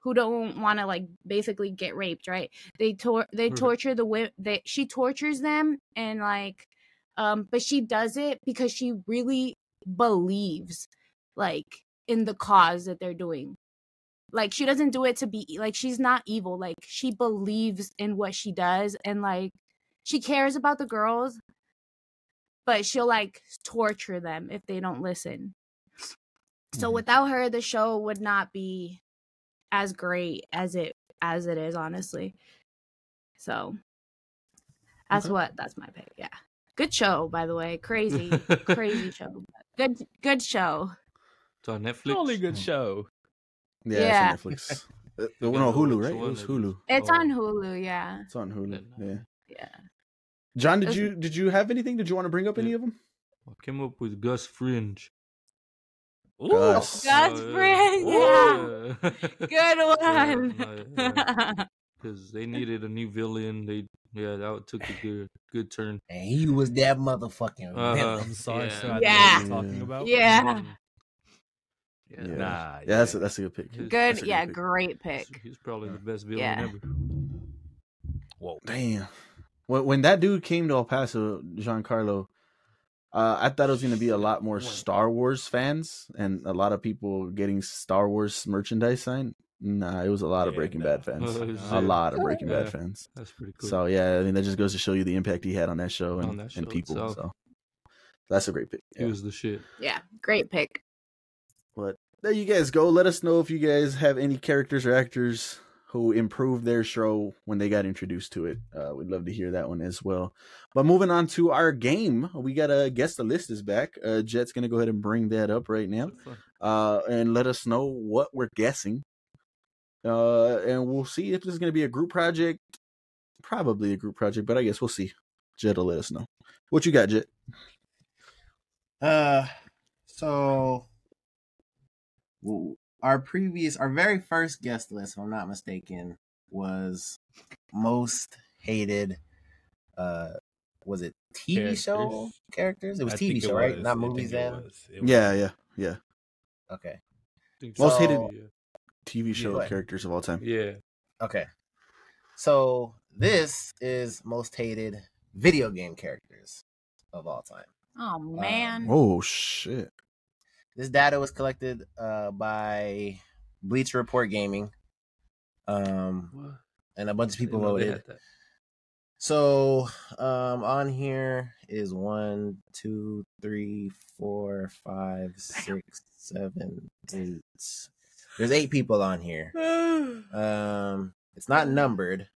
S4: who don't want to like basically get raped right they tor- they
S5: Right.
S4: torture the women they she tortures them and like um but she does it because she really believes like in the cause that they're doing like she doesn't do it to be e- like she's not evil like she believes in what she does and like she cares about the girls but she'll like torture them if they don't listen so
S2: Mhm.
S4: without her the show would not be as great as it as it is honestly so that's
S2: Okay.
S4: what that's my pick yeah good show by the way crazy crazy show but good good show
S5: It's on Netflix. Oh.
S3: Only good
S2: Mm.
S3: show.
S2: Yeah,
S4: Yeah.
S2: it's on Netflix. Uh, the one on
S5: Hulu,
S2: Hulu,
S5: it's
S2: right?
S5: the
S2: It
S5: one
S2: was
S5: that
S2: Hulu.
S5: is-
S4: it's on
S5: Oh.
S4: hulu yeah
S2: It's on Hulu. Yeah.
S4: yeah
S2: John, did
S4: It's-
S2: you did you have anything? Did you want to bring up any of them?
S5: I came up with Gus Fringe.
S3: Ooh,
S2: Gus.
S4: Gus Fring,
S5: yeah.
S4: good
S5: Yeah,
S4: one
S5: no, yeah. because they needed a new villain. They yeah, that took a good good turn.
S1: And he was that motherfucking
S5: Uh-huh.
S1: villain.
S3: I'm sorry,
S5: Yeah.
S3: sir. I don't know what you're
S2: Yeah.
S3: talking about.
S4: yeah
S5: Mhm. Yeah,
S2: Yeah.
S3: Nah.
S2: Yeah, that's a, that's a good pick.
S5: His-
S4: good
S2: That's a
S4: yeah
S2: pick.
S4: great
S5: he's,
S4: pick
S5: he's probably the best villain
S4: Yeah.
S5: ever.
S3: Whoa.
S2: Damn. When, when that dude came to El Paso, Giancarlo, uh, I thought it was going to be a lot more
S5: Shit.
S2: Star Wars fans and a lot of people getting Star Wars merchandise signed. Nah, it was a lot of
S3: Yeah,
S2: Breaking
S3: nah.
S2: Bad fans.
S5: Oh,
S2: a
S5: shit.
S2: lot of Breaking Bad
S5: Yeah.
S2: fans.
S5: That's pretty cool.
S2: So yeah, I mean that just goes to show you the impact he had on that show and,
S5: On that
S2: and
S5: show
S2: people.
S5: itself.
S2: So that's a great pick.
S5: he
S2: Yeah.
S5: was the shit.
S4: yeah great pick
S2: But there you guys go. Let us know if you guys have any characters or actors who improved their show when they got introduced to it. Uh, we'd love to hear that one as well. But moving on to our game, we got a guess the list is back. Uh, Jet's gonna go ahead and bring that up right now, uh, and let us know what we're guessing. Uh, and we'll see if this is gonna be a group project. Probably a group project, but I guess we'll see. Jet will let us know. What you got, Jet?
S1: Uh, so w- our previous, our very first guest list, if I'm not mistaken, was most hated uh was it TV show
S3: Characters?
S1: characters? It was
S3: I
S1: TV
S3: think it
S1: show, right?
S3: was. I
S1: Not
S3: think
S1: movies
S3: it
S1: then.
S3: was. It was.
S2: Yeah, yeah, yeah.
S1: Okay.
S5: Think
S2: Most
S5: so,
S2: hated-
S5: yeah.
S2: TV show
S1: Yeah.
S2: characters of all time.
S5: Yeah.
S1: Okay. So this is most hated video game characters of all time.
S4: Oh man.
S2: Oh shit!
S1: This data was collected uh, by Bleacher Report Gaming, um,
S5: What?
S1: and a bunch of people
S5: Didn't know they
S1: voted.
S5: had that.
S1: So um, on here is one, two, three, four, five, six, seven, eight. There's eight people on here. Um, it's not numbered.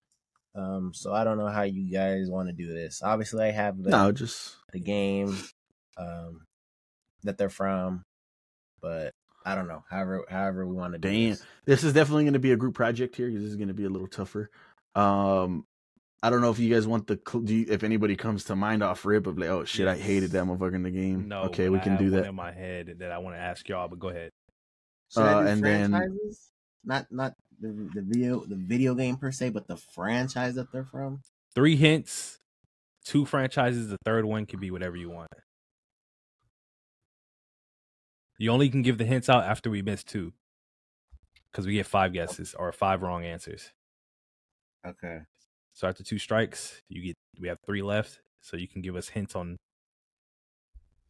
S1: Um, so I don't know how you guys want to do this. Obviously, I have the,
S2: No, just
S1: the game, um, that they're from, but I don't know. However, however we want to do.
S2: Damn.
S1: this.
S2: this is definitely going to be a group project here. 'cause This is going to be a little tougher. Um, I don't know if you guys want the cl- do you, if anybody comes to mind off rip of like, oh shit, I hated that motherfucker in the game.
S3: No.
S2: okay, we
S3: I
S2: can
S3: have
S2: do
S3: one
S2: that.
S3: In my head that I want to ask y'all, but go ahead.
S1: Should I
S2: Uh,
S1: do
S2: and then-
S1: franchises? Not not the, the video the video game per se, but the franchise that they're from.
S3: Three hints, two franchises. The third one can be whatever you want. You only can give the hints out after we miss two, because we get five guesses or five wrong answers.
S1: Okay.
S3: So after two strikes, you get we have three left, so you can give us hints on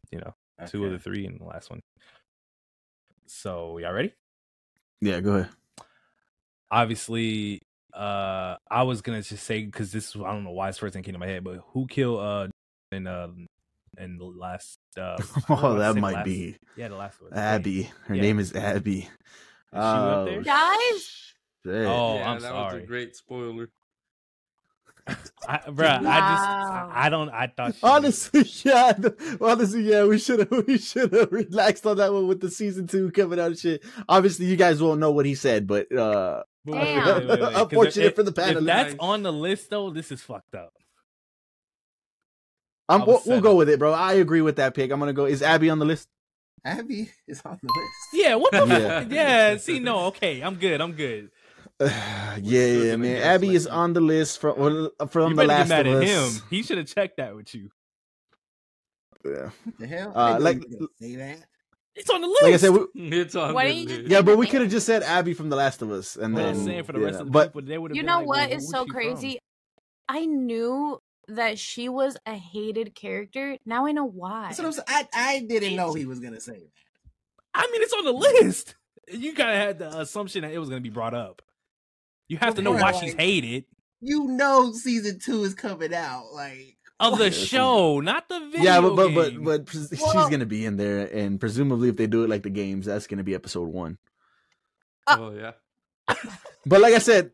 S3: you know two of the three and the last one. So y'all ready?
S2: Yeah, go ahead.
S3: Obviously, uh I was gonna just say because this I don't know why it's first thing came to my head, but who killed uh in uh in the last uh
S2: oh,
S3: I
S2: that
S3: said
S2: might
S3: last-
S2: be
S3: yeah the last one
S2: Abby. Her
S3: Yeah.
S2: name is Abby. Oh,
S3: she up there?
S4: Guys?
S2: shit.
S3: Oh,
S5: yeah,
S3: I'm
S5: that was
S3: sorry,
S5: a great spoiler.
S3: I, bruh,
S4: Wow.
S3: I just I, I don't I thought she was-
S2: Honestly, yeah. I- Honestly, yeah. We should have we should have relaxed on that one with the season two coming out. And shit. Obviously, you guys won't know what he said, but uh,
S3: Wait,
S4: Damn.
S3: 'cause if-
S2: Unfortunate
S3: if-
S2: for the panel.
S3: If that's
S5: Nice.
S3: on the list though, this is fucked up.
S2: I'm,
S3: I was
S2: we'll, we'll
S3: set
S2: go
S3: up.
S2: with it, bro. I agree with that pick. I'm gonna go. Is Abby on the list?
S1: Abby is on the list.
S3: Yeah, what the
S2: Yeah.
S3: fuck? Yeah, see, no, okay, I'm good, I'm good.
S2: yeah,
S5: still
S2: yeah,
S5: gonna
S2: man.
S5: guess,
S2: Abby
S5: like-
S2: is on the list from well, from the
S3: you better
S2: last
S3: get mad
S2: of
S3: at
S2: us.
S3: him. He should have checked that with you.
S2: Yeah.
S1: What the hell?
S2: Uh,
S1: I didn't know
S2: like-
S1: you were gonna say that.
S3: It's on the list.
S2: Like I said, we,
S5: It's on
S4: Why
S5: the
S4: didn't you
S5: list.
S4: just-
S2: yeah, but we could have just said Abby from the Last of Us, and
S3: But
S2: then
S3: I'm saying for the
S2: Mm, yeah.
S3: rest of the
S2: but
S3: people, they would have.
S4: You
S3: been
S4: know
S3: like,
S4: what
S3: well,
S4: is
S3: where's
S4: so
S3: she from?
S4: crazy? I knew that she was a hated character. Now I know why.
S1: That's what I'm saying. I, I didn't know he was gonna say that.
S3: I mean, it's on the list. You kind of had the assumption that it was going to be brought up. You have to know
S1: Well,
S3: why
S1: like-
S3: she's hated
S1: You know, season two is coming out. Like
S3: of
S1: what?
S3: the show, not the video.
S2: yeah, but but
S3: game.
S2: but, but pres- she's
S1: Well-
S2: gonna be in there, and presumably if they do it like the games, that's gonna be episode one.
S5: Oh yeah.
S2: But like I said,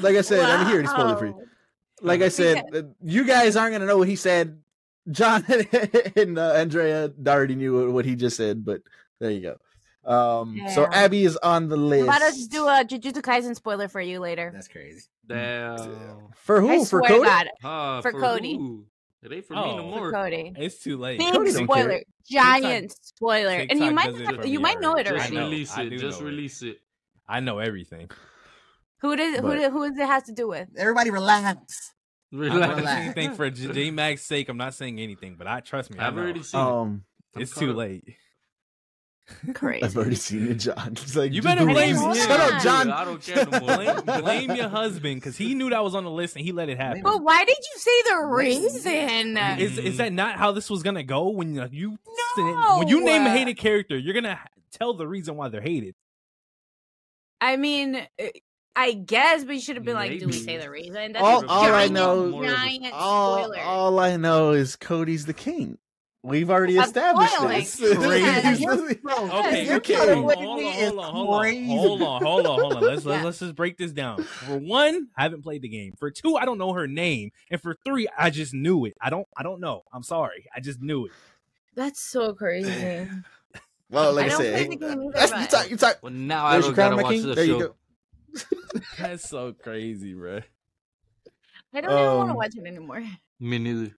S2: like I said, I'm here to spoil it for you.
S4: Wow.
S2: Like I said, uh, you guys aren't gonna know what he said. John and uh, Andrea already knew what he just said, but there you go. Um, So
S4: Yeah.
S2: Abby is on the list.
S4: Let us do a Jujutsu Kaisen spoiler for you later.
S1: That's crazy.
S5: Damn.
S2: for who?
S4: I
S2: for
S4: swear to
S2: Cody?
S4: God,
S5: Ah,
S4: For Cody.
S5: who? It ain't for me no
S3: Oh.
S4: for
S5: more.
S4: Cody.
S3: it's too late.
S4: Big
S2: Cody don't care.
S4: spoiler, giant spoiler, and you
S3: TikTok
S4: might
S3: does it
S4: not-
S3: for me
S4: you might know it
S3: already.
S5: Just
S3: I know,
S4: already.
S5: release
S3: I
S5: it.
S3: do
S5: Just
S3: know it.
S5: release it.
S3: I know everything.
S4: Who does who
S2: But-
S4: does, who does it has to do with?
S1: Everybody relax.
S3: I'm not
S5: Relax.
S3: saying anything for J Mag's sake. I'm not saying anything, but I trust me. I
S5: I've
S3: know.
S5: already seen it.
S2: Um,
S5: I'm
S3: It's
S5: caught
S3: too
S5: up.
S3: late.
S2: I've
S4: Crazy.
S2: already seen it, John. It's like,
S3: You
S2: just
S3: better
S2: do what
S3: blame
S2: you-
S4: him.
S2: Shut up,
S4: Dude,
S2: John.
S5: I don't care no more.
S3: Blame, blame your husband because he knew that was on the list and he let it happen.
S4: But why did you say the reason?
S3: Is is that not how this was gonna go? When you you
S4: No!
S3: when you name a hated character, you're gonna ha- tell the reason why they're hated.
S4: I mean, uh, I guess, but you should have been like, "Do we
S5: Maybe.
S4: say the reason?"
S2: All-
S4: a
S2: all I
S4: giant,
S2: know-
S4: giant
S2: All,
S4: spoiler.
S2: all I know is Cody's the king. We've already
S4: I'm
S2: established
S4: spoiling.
S2: this.
S1: Crazy.
S2: He's-
S3: Okay,
S2: you're
S3: okay.
S2: kidding.
S3: Hold on, hold on, hold on, hold on, hold on, hold on. Let's let's, let's just break this down. For one, I haven't played the game. For two, I don't know her name. And for three, I just knew it. I don't I don't know. I'm sorry. I just knew it.
S4: That's so crazy.
S2: well, like
S4: I
S2: I,
S4: don't play
S2: said,
S4: the game either,
S2: that's- you
S4: but-
S2: talk, you talk.
S5: Well, now I
S2: There's
S5: don't
S2: your crown, my
S5: gotta watch
S2: king.
S5: the
S2: There you
S5: show.
S2: go.
S3: That's so crazy, bro.
S4: I don't even want to
S2: Um,
S4: watch it anymore.
S5: Me neither.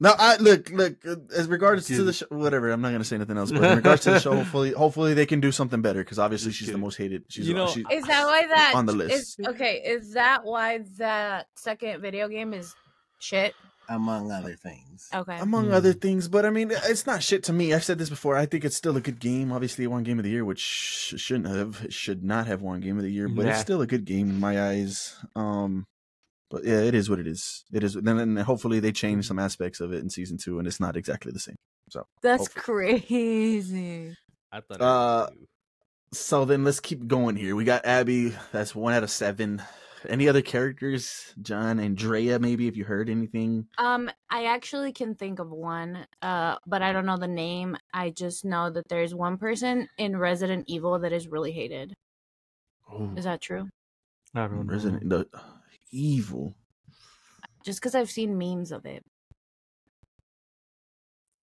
S2: No, I look, look. uh, As regards to
S5: Dude.
S2: the show, whatever, I'm not gonna say nothing else. But in regards to the show, hopefully, hopefully they can do something better because obviously
S5: Just
S2: she's the
S5: kidding.
S2: most hated. She's
S3: You know,
S2: she-
S4: Is that why that
S2: on the
S4: is-
S2: list.
S4: okay, is that why that second video game is Shit.
S1: among other things.
S4: Okay.
S2: among other
S5: Hmm.
S2: things. But I mean, it's not shit to me. I've said this before. I think it's still a good game. Obviously, it won Game of the Year, which sh- shouldn't have, should not have won Game of the Year, but it's
S5: Nah.
S2: still a good game in my eyes. Um, but yeah, it is what it is. It is. And then hopefully they
S5: Mm-hmm.
S2: change some aspects of it in season two, and it's not exactly the same.
S4: That's
S2: hopefully.
S4: crazy.
S3: I thought.
S2: Uh,
S3: it was
S2: So then let's keep going here. We got Abby. That's one out of seven. Any other characters? John, Andrea, maybe if you heard anything.
S4: Um, I actually can think of one, uh, but I don't know the name. I just know that there's one person in Resident Evil that is really hated.
S3: Oh.
S4: Is that true?
S5: I don't know.
S2: Resident the Evil.
S4: Just because I've seen memes of it.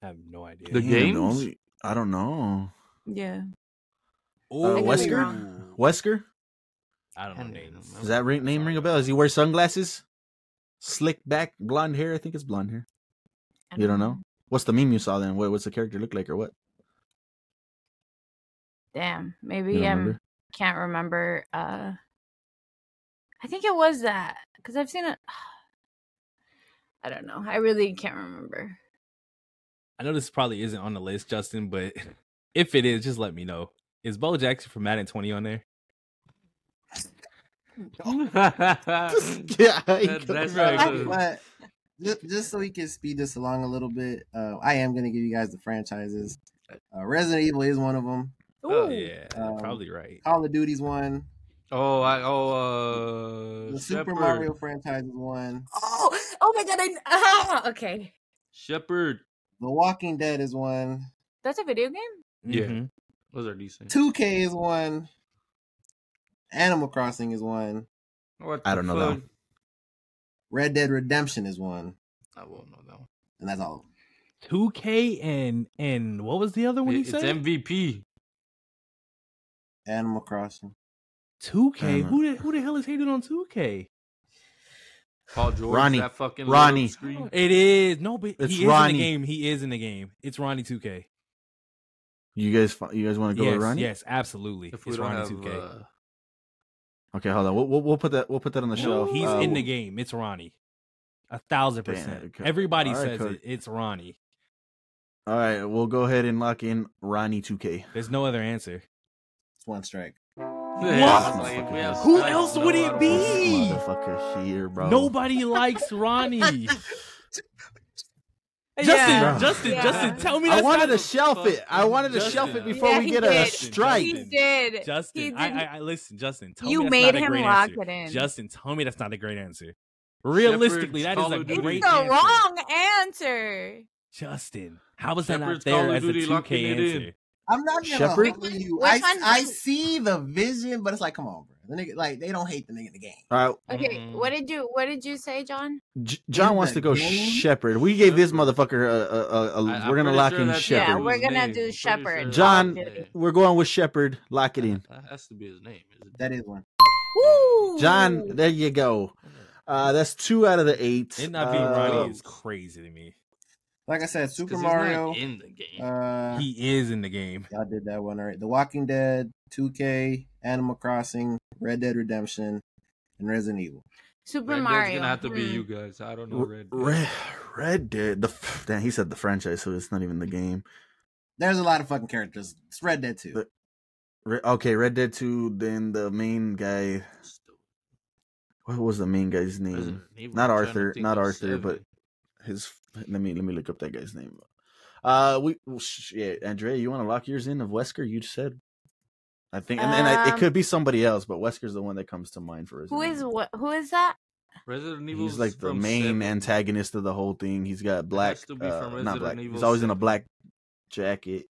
S3: I have no idea.
S5: The
S2: Damn,
S5: games?
S2: only- I don't know.
S4: Yeah.
S2: Uh,
S4: I could be
S2: Wesker.
S4: wrong.
S2: Wesker.
S3: I don't know
S5: Hell yeah,
S3: names.
S5: man.
S2: Does that ring, name ring a bell? Does he wear sunglasses? Slick back, blonde hair. I think it's blonde hair.
S4: I
S2: You don't know? What's the meme you saw then? What what's the character look like or what?
S4: Damn.
S2: You
S4: Maybe
S2: don't
S4: I
S2: remember?
S4: can't remember. Uh, I think it was that because I've seen it. I don't know. I really can't remember.
S3: I know this probably isn't on the list, Justin, but if it is, just let me know. Is Bo Jackson from Madden 20 on there?
S2: yeah, I
S5: That- that's
S1: Uh,
S5: Very
S1: I-
S5: good.
S1: but just, just so we can speed this along a little bit, uh, I am going to give you guys the franchises. Uh, Resident Evil is one of them.
S3: Oh
S4: Ooh.
S3: yeah,
S1: Um,
S3: probably right.
S1: Call of Duty's one.
S5: oh, I oh uh
S1: The Super
S5: Shepherd.
S1: Mario franchise is one.
S4: Oh, oh my god! I ah, okay.
S5: Shepherd.
S1: The Walking Dead is one.
S4: That's a video game.
S5: Yeah.
S3: Mhm.
S5: Those are decent.
S1: 2K is one. Animal Crossing is one.
S5: What
S2: I
S5: the
S2: don't know that
S5: fuck?
S2: one.
S1: Red Dead Redemption is one.
S5: I won't know that one.
S1: And that's all.
S3: 2K and and what was the other one
S5: It-
S3: you
S5: it's
S3: said?
S5: MVP.
S1: Animal Crossing.
S2: Um,
S3: 2K. Who the, who the hell is hated on 2K?
S5: Paul George.
S2: Ronnie.
S5: That fucking
S2: Ronnie.
S5: little screen.
S3: It is no, but
S2: It's
S3: he
S2: Ronnie.
S3: is in the game. He is in the game. It's Ronnie 2K.
S2: You guys fi- you guys want to go
S3: yes,
S2: with Ronnie?
S3: yes, absolutely.
S5: If we
S3: it's
S5: don't
S3: Ronnie
S5: have,
S3: 2K.
S5: uh,
S2: Okay, hold on. We'll, we'll we'll put that we'll put that on the
S3: no,
S2: show.
S3: he's
S2: Uh,
S3: in the game. It's Ronnie. A thousand
S2: Damn,
S3: percent.
S2: okay.
S3: Everybody
S2: All right,
S3: says
S2: Cody.
S3: it. It's Ronnie.
S2: All right, we'll go ahead and lock in Ronnie 2K.
S3: There's no other answer.
S1: It's one strike.
S5: yeah,
S2: What?
S5: like, if we have
S3: Who
S5: Spike,
S3: else
S5: no,
S3: would
S5: I
S3: it
S5: don't
S3: be?
S5: want-
S2: This motherfucker here, bro.
S3: Nobody likes Ronnie. Justin,
S2: Yeah.
S3: Justin,
S4: Yeah.
S3: Justin, tell me
S2: I
S3: that's
S2: wanted to
S3: not
S2: shelf it. I wanted to
S3: Justin.
S2: shelf it before
S4: Yeah,
S2: we
S4: he
S2: get a
S4: did.
S2: strike.
S4: He
S3: Justin.
S4: did. He
S3: Justin,
S4: did.
S3: I, I, I listen, Justin. Tell
S4: You
S3: me that's
S4: made
S3: not a
S4: him
S3: great
S4: lock
S3: answer.
S4: it in.
S3: Justin, tell me that's not a great answer. Realistically,
S5: Call
S3: that
S5: of
S3: is a
S5: Duty.
S4: it's
S3: great
S4: the
S3: answer.
S4: wrong answer.
S3: Justin, how was that
S5: Shepherd's
S3: not
S5: Call
S3: there
S5: of
S3: as the
S5: Duty
S3: two
S5: locking
S3: K
S5: it in.
S3: answer?
S1: I'm not gonna
S2: Shepherd?
S1: hold you.
S4: Which
S1: I,
S4: one-
S1: I see the vision, but it's like, come on, bro. The nigga, like they don't hate the nigga in the game.
S2: All right,
S4: Okay,
S5: Mm.
S4: what did you what did you say, John?
S2: J- John
S1: In
S2: wants
S1: the
S2: to go
S1: game?
S2: Shepherd. We gave this
S5: Shepherd.
S2: motherfucker a. a, a, a
S5: I- I'm
S2: we're gonna
S5: pretty
S2: lock
S5: sure
S2: in
S5: that's
S2: Shepherd.
S4: Yeah, we're
S5: his
S4: gonna
S5: name.
S4: do
S5: I'm pretty
S4: Shepherd.
S5: sure
S2: John-
S5: that's his name.
S2: We're going with Shepherd. Lock it in.
S5: That has to be his name. is it?
S1: That is one.
S4: Woo!
S2: John, there you go. Uh, that's two out of the eight.
S3: It not being
S2: Uh,
S3: Ronnie
S5: Oh.
S3: is crazy to me.
S1: Like I said,
S5: 'Cause
S1: Super
S5: he's
S1: Mario.
S5: not in the game.
S1: Uh,
S3: He is in the game.
S1: y'all did that one already. The Walking Dead, 2K, Animal Crossing, Red Dead Redemption, and Resident Evil.
S4: Super
S5: Red
S4: Mario.
S5: Dead's gonna have to be
S4: Hmm.
S5: you guys. I don't know
S2: R-
S5: Red. Dead.
S2: Red, Red Dead. The f- damn, he said the franchise, so it's not even the game.
S1: There's a lot of fucking characters. It's Red Dead 2.
S2: The- Re- okay, Red Dead Two. Then the main guy. What was the main guy's name?
S5: Resident Evil,
S2: Not
S5: I'm trying to
S2: Arthur-
S5: think
S2: not
S5: of
S2: Arthur, but-
S5: seven.
S2: His. Let me let me look up that guy's name. Uh, we well, sh- yeah, Andrea, you want to lock yours in of Wesker? You just said. I think, and, and I, it
S4: Um,
S2: could be somebody else, but Wesker's the one that comes to mind for us.
S4: Who is what who is that?
S5: Resident Evil.
S2: He's like the main antagonist of the whole thing. He's got black,
S5: has to be
S2: uh,
S5: from
S2: not
S5: Resident
S2: black.
S5: Evil
S2: He's always in a
S5: 7.
S2: black jacket.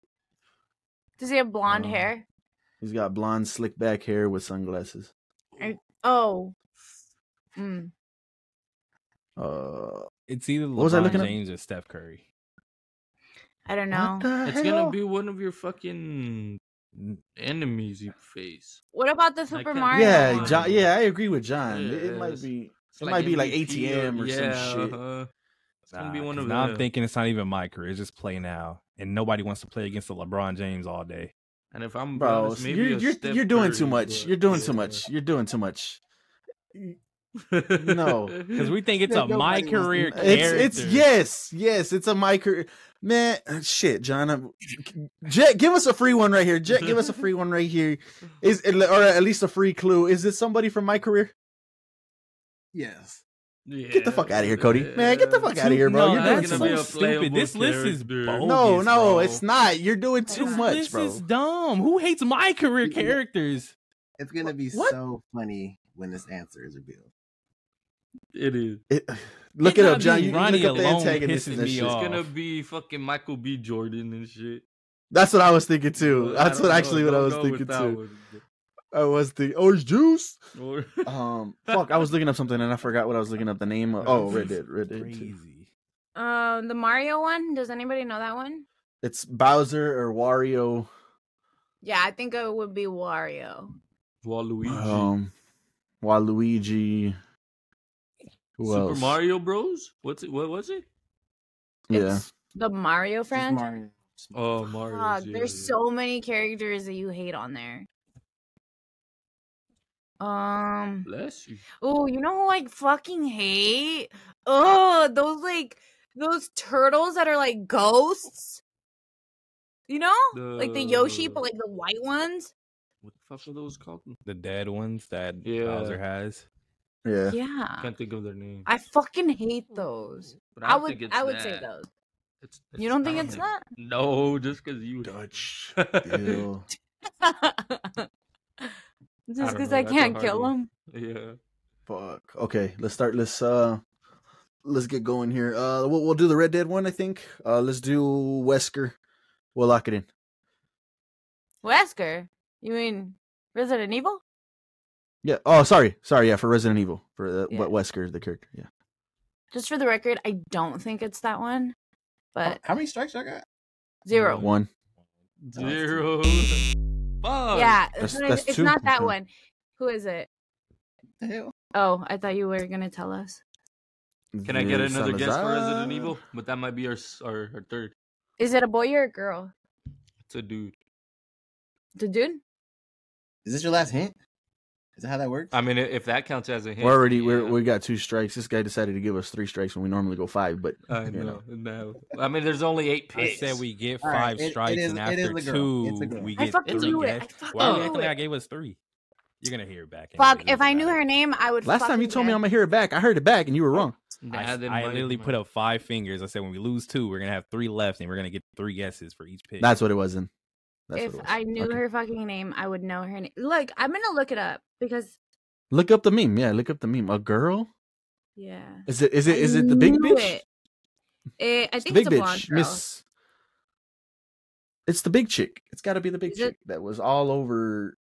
S4: Does he have blonde
S2: Uh,
S4: hair?
S2: He's got blonde, slick back hair with sunglasses.
S4: Oh. Mm.
S2: Uh,
S3: It's either
S2: What was I
S3: LeBron
S2: looking at?
S3: James or Steph Curry.
S4: I don't
S2: what
S4: know. What,
S2: the
S5: It's
S2: hell?
S5: gonna be one of your fucking enemies you face.
S4: about the Super
S5: can't-
S4: Mario?
S2: yeah,
S4: one?
S2: John, yeah, I agree with John. It, it
S5: Yeah,
S2: might
S5: it's-
S2: be.
S5: It's
S2: It might be like
S5: MVP
S2: ATM or some shit.
S5: uh-huh. It's gonna
S3: Nah,
S5: be one
S3: 'cause
S5: of
S3: now I'm
S5: them.
S3: thinking it's not even my career. It's just play now, and nobody wants to play against the LeBron James all day.
S5: And if I'm
S2: Bro,
S5: honest, maybe
S2: you're
S5: a
S2: you're,
S5: Steph
S2: you're doing
S5: Curry,
S2: too much.
S5: but-
S2: You're doing
S5: yeah.
S2: too much. You're doing too much. No.
S3: because we think it's a
S1: Nobody
S3: my
S1: was-
S3: career character.
S2: It's it's yes, yes. It's a my career. Man, uh, shit, John. I'm, Jet, give us a free one right here. Jet, give us a free one right here. Is or at least a free clue. Is this somebody from my career?
S1: Yes.
S2: Get the fuck outta here, Cody. Man, get the fuck outta here, bro.
S3: No,
S2: You're doing
S3: that's so
S2: too much.
S5: a playable
S3: stupid. This list is
S5: character.
S3: bogus,
S2: no, no,
S3: bro.
S2: it's not. You're doing too
S4: This
S2: much,
S3: list
S2: bro.
S3: is dumb. Who hates my career
S1: Yeah.
S3: characters?
S1: It's gonna be
S2: What?
S1: so funny when this answer is revealed.
S5: It is.
S2: It- look
S3: It
S2: it
S3: not
S2: up, John.
S3: being
S2: You you
S3: Ronnie
S2: look up the
S3: alone
S2: antagonists
S3: pisses
S2: and that
S3: me
S2: shit.
S3: off.
S5: It's gonna be fucking Michael B. Jordan and shit.
S2: That's what I was thinking too.
S5: But I
S2: That's
S5: don't
S2: what
S5: know.
S2: actually what I
S5: Don't
S2: was
S5: go
S2: thinking
S5: with that
S2: too.
S5: one.
S2: I was thinking orange juice.
S5: Or-
S2: Um, fuck, I was looking up something and I forgot what I was looking up. The name of oh, Red Dead, Red Dead. 2.
S3: Crazy.
S4: Um, the Mario one. Does anybody know that one?
S2: It's Bowser or Wario.
S4: Yeah, I think it would be Wario.
S5: Waluigi.
S2: Um, Waluigi. Who
S5: Super
S2: else?
S5: Mario Bros. What's it? What was it?
S2: Yeah,
S4: The Mario
S1: Just
S4: franchise.
S1: Mario.
S5: Oh, Mario.
S4: Fuck, there's so many characters that you hate on there. Um.
S5: Bless you.
S4: Oh, you know who I fucking hate? Oh, those like those turtles that are like ghosts. You know, like the Yoshi, but
S5: The-
S4: like the white ones.
S5: What the fuck are those called?
S3: The dead ones that
S5: Yeah.
S3: Bowser has.
S2: yeah.
S4: Yeah,
S5: Can't think of their name.
S4: I fucking hate those.
S5: But
S4: I
S5: don't
S4: would,
S5: think it's
S4: I would say
S5: that.
S4: those.
S5: It's-
S4: You don't think
S5: I
S4: it's that?
S5: No, just because you
S2: Dutch.
S5: yeah.
S2: Ew.
S4: Just
S5: don't
S4: because
S5: know,
S4: I,
S5: that's a
S4: can't
S5: hard
S4: kill
S5: one.
S4: them.
S5: yeah.
S2: Fuck. Okay, let's start. Let's uh, let's get going here. Uh, we'll, we'll do the Red Dead one, I think. Uh, let's do Wesker. We'll lock it in.
S4: Wesker, you mean Resident Evil?
S2: Yeah. Oh, sorry, sorry. Yeah, for Resident Evil, for uh,
S4: Yeah.
S2: what Wesker is the character. Yeah.
S4: Just for the record, I don't think it's that one,
S2: Oh,
S1: How,
S4: but
S1: how many strikes I got?
S4: zero.
S2: One.
S5: Zero.
S3: Fuck.
S4: Yeah,
S2: That's-
S4: that's what I-
S2: that's
S4: it's
S2: two.
S4: not that
S2: Okay.
S4: one. Who is it?
S1: The hell?
S4: Oh, I thought you were gonna tell us.
S5: Can I get
S2: Vin
S5: another guess for Resident
S2: Salazar.
S5: Evil? But that might be our s- our, our third.
S4: Is it a boy or a girl?
S5: It's a dude.
S4: The dude?
S1: Is this your last hint? Is that how that works?
S5: I mean, i- if that counts as a hint.
S2: We're already we're,
S5: yeah.
S2: we got two strikes. This guy decided to give us three strikes when we normally go five, but
S5: I
S2: you
S5: know. No. I mean, there's only eight
S3: I
S5: picks.
S3: said we get
S1: All
S3: five
S1: right, it- it
S3: strikes,
S1: is-
S3: and
S1: it is
S3: after
S1: a girl.
S3: two,
S1: It's a girl.
S3: we
S4: I
S3: get
S4: fucking
S3: three.
S4: knew it.
S3: guess-
S4: I fucking
S3: Why are you
S4: knew
S3: acting like
S4: it.
S3: I gave us three? You're gonna hear it back.
S4: Fuck!
S3: anyways, it
S4: If
S3: doesn't
S4: I knew
S3: matter.
S4: her name, I would.
S2: Last time you
S4: fucking
S2: told me
S4: guess.
S2: I'm gonna hear it back. I heard it back, and you were wrong.
S3: I, I literally put up five fingers. I said when we lose two, we're gonna have three left, and we're gonna get three guesses for each pick.
S2: That's what it was. In That's
S4: If
S2: what it was.
S4: I knew
S2: Okay.
S4: her fucking name, I would know her name. Look, I'm gonna look it up because
S2: look up the meme. Yeah, look up the meme. A girl?
S4: yeah.
S2: Is it? Is
S4: I
S2: it? Is it the big
S4: knew
S2: bitch?
S4: It. Eh, I
S2: It's the
S4: think
S2: big
S4: it's a blonde
S2: bitch,
S4: girl.
S2: Miss. It's the big chick. It's got to be the big
S4: Is it-
S2: chick that was all over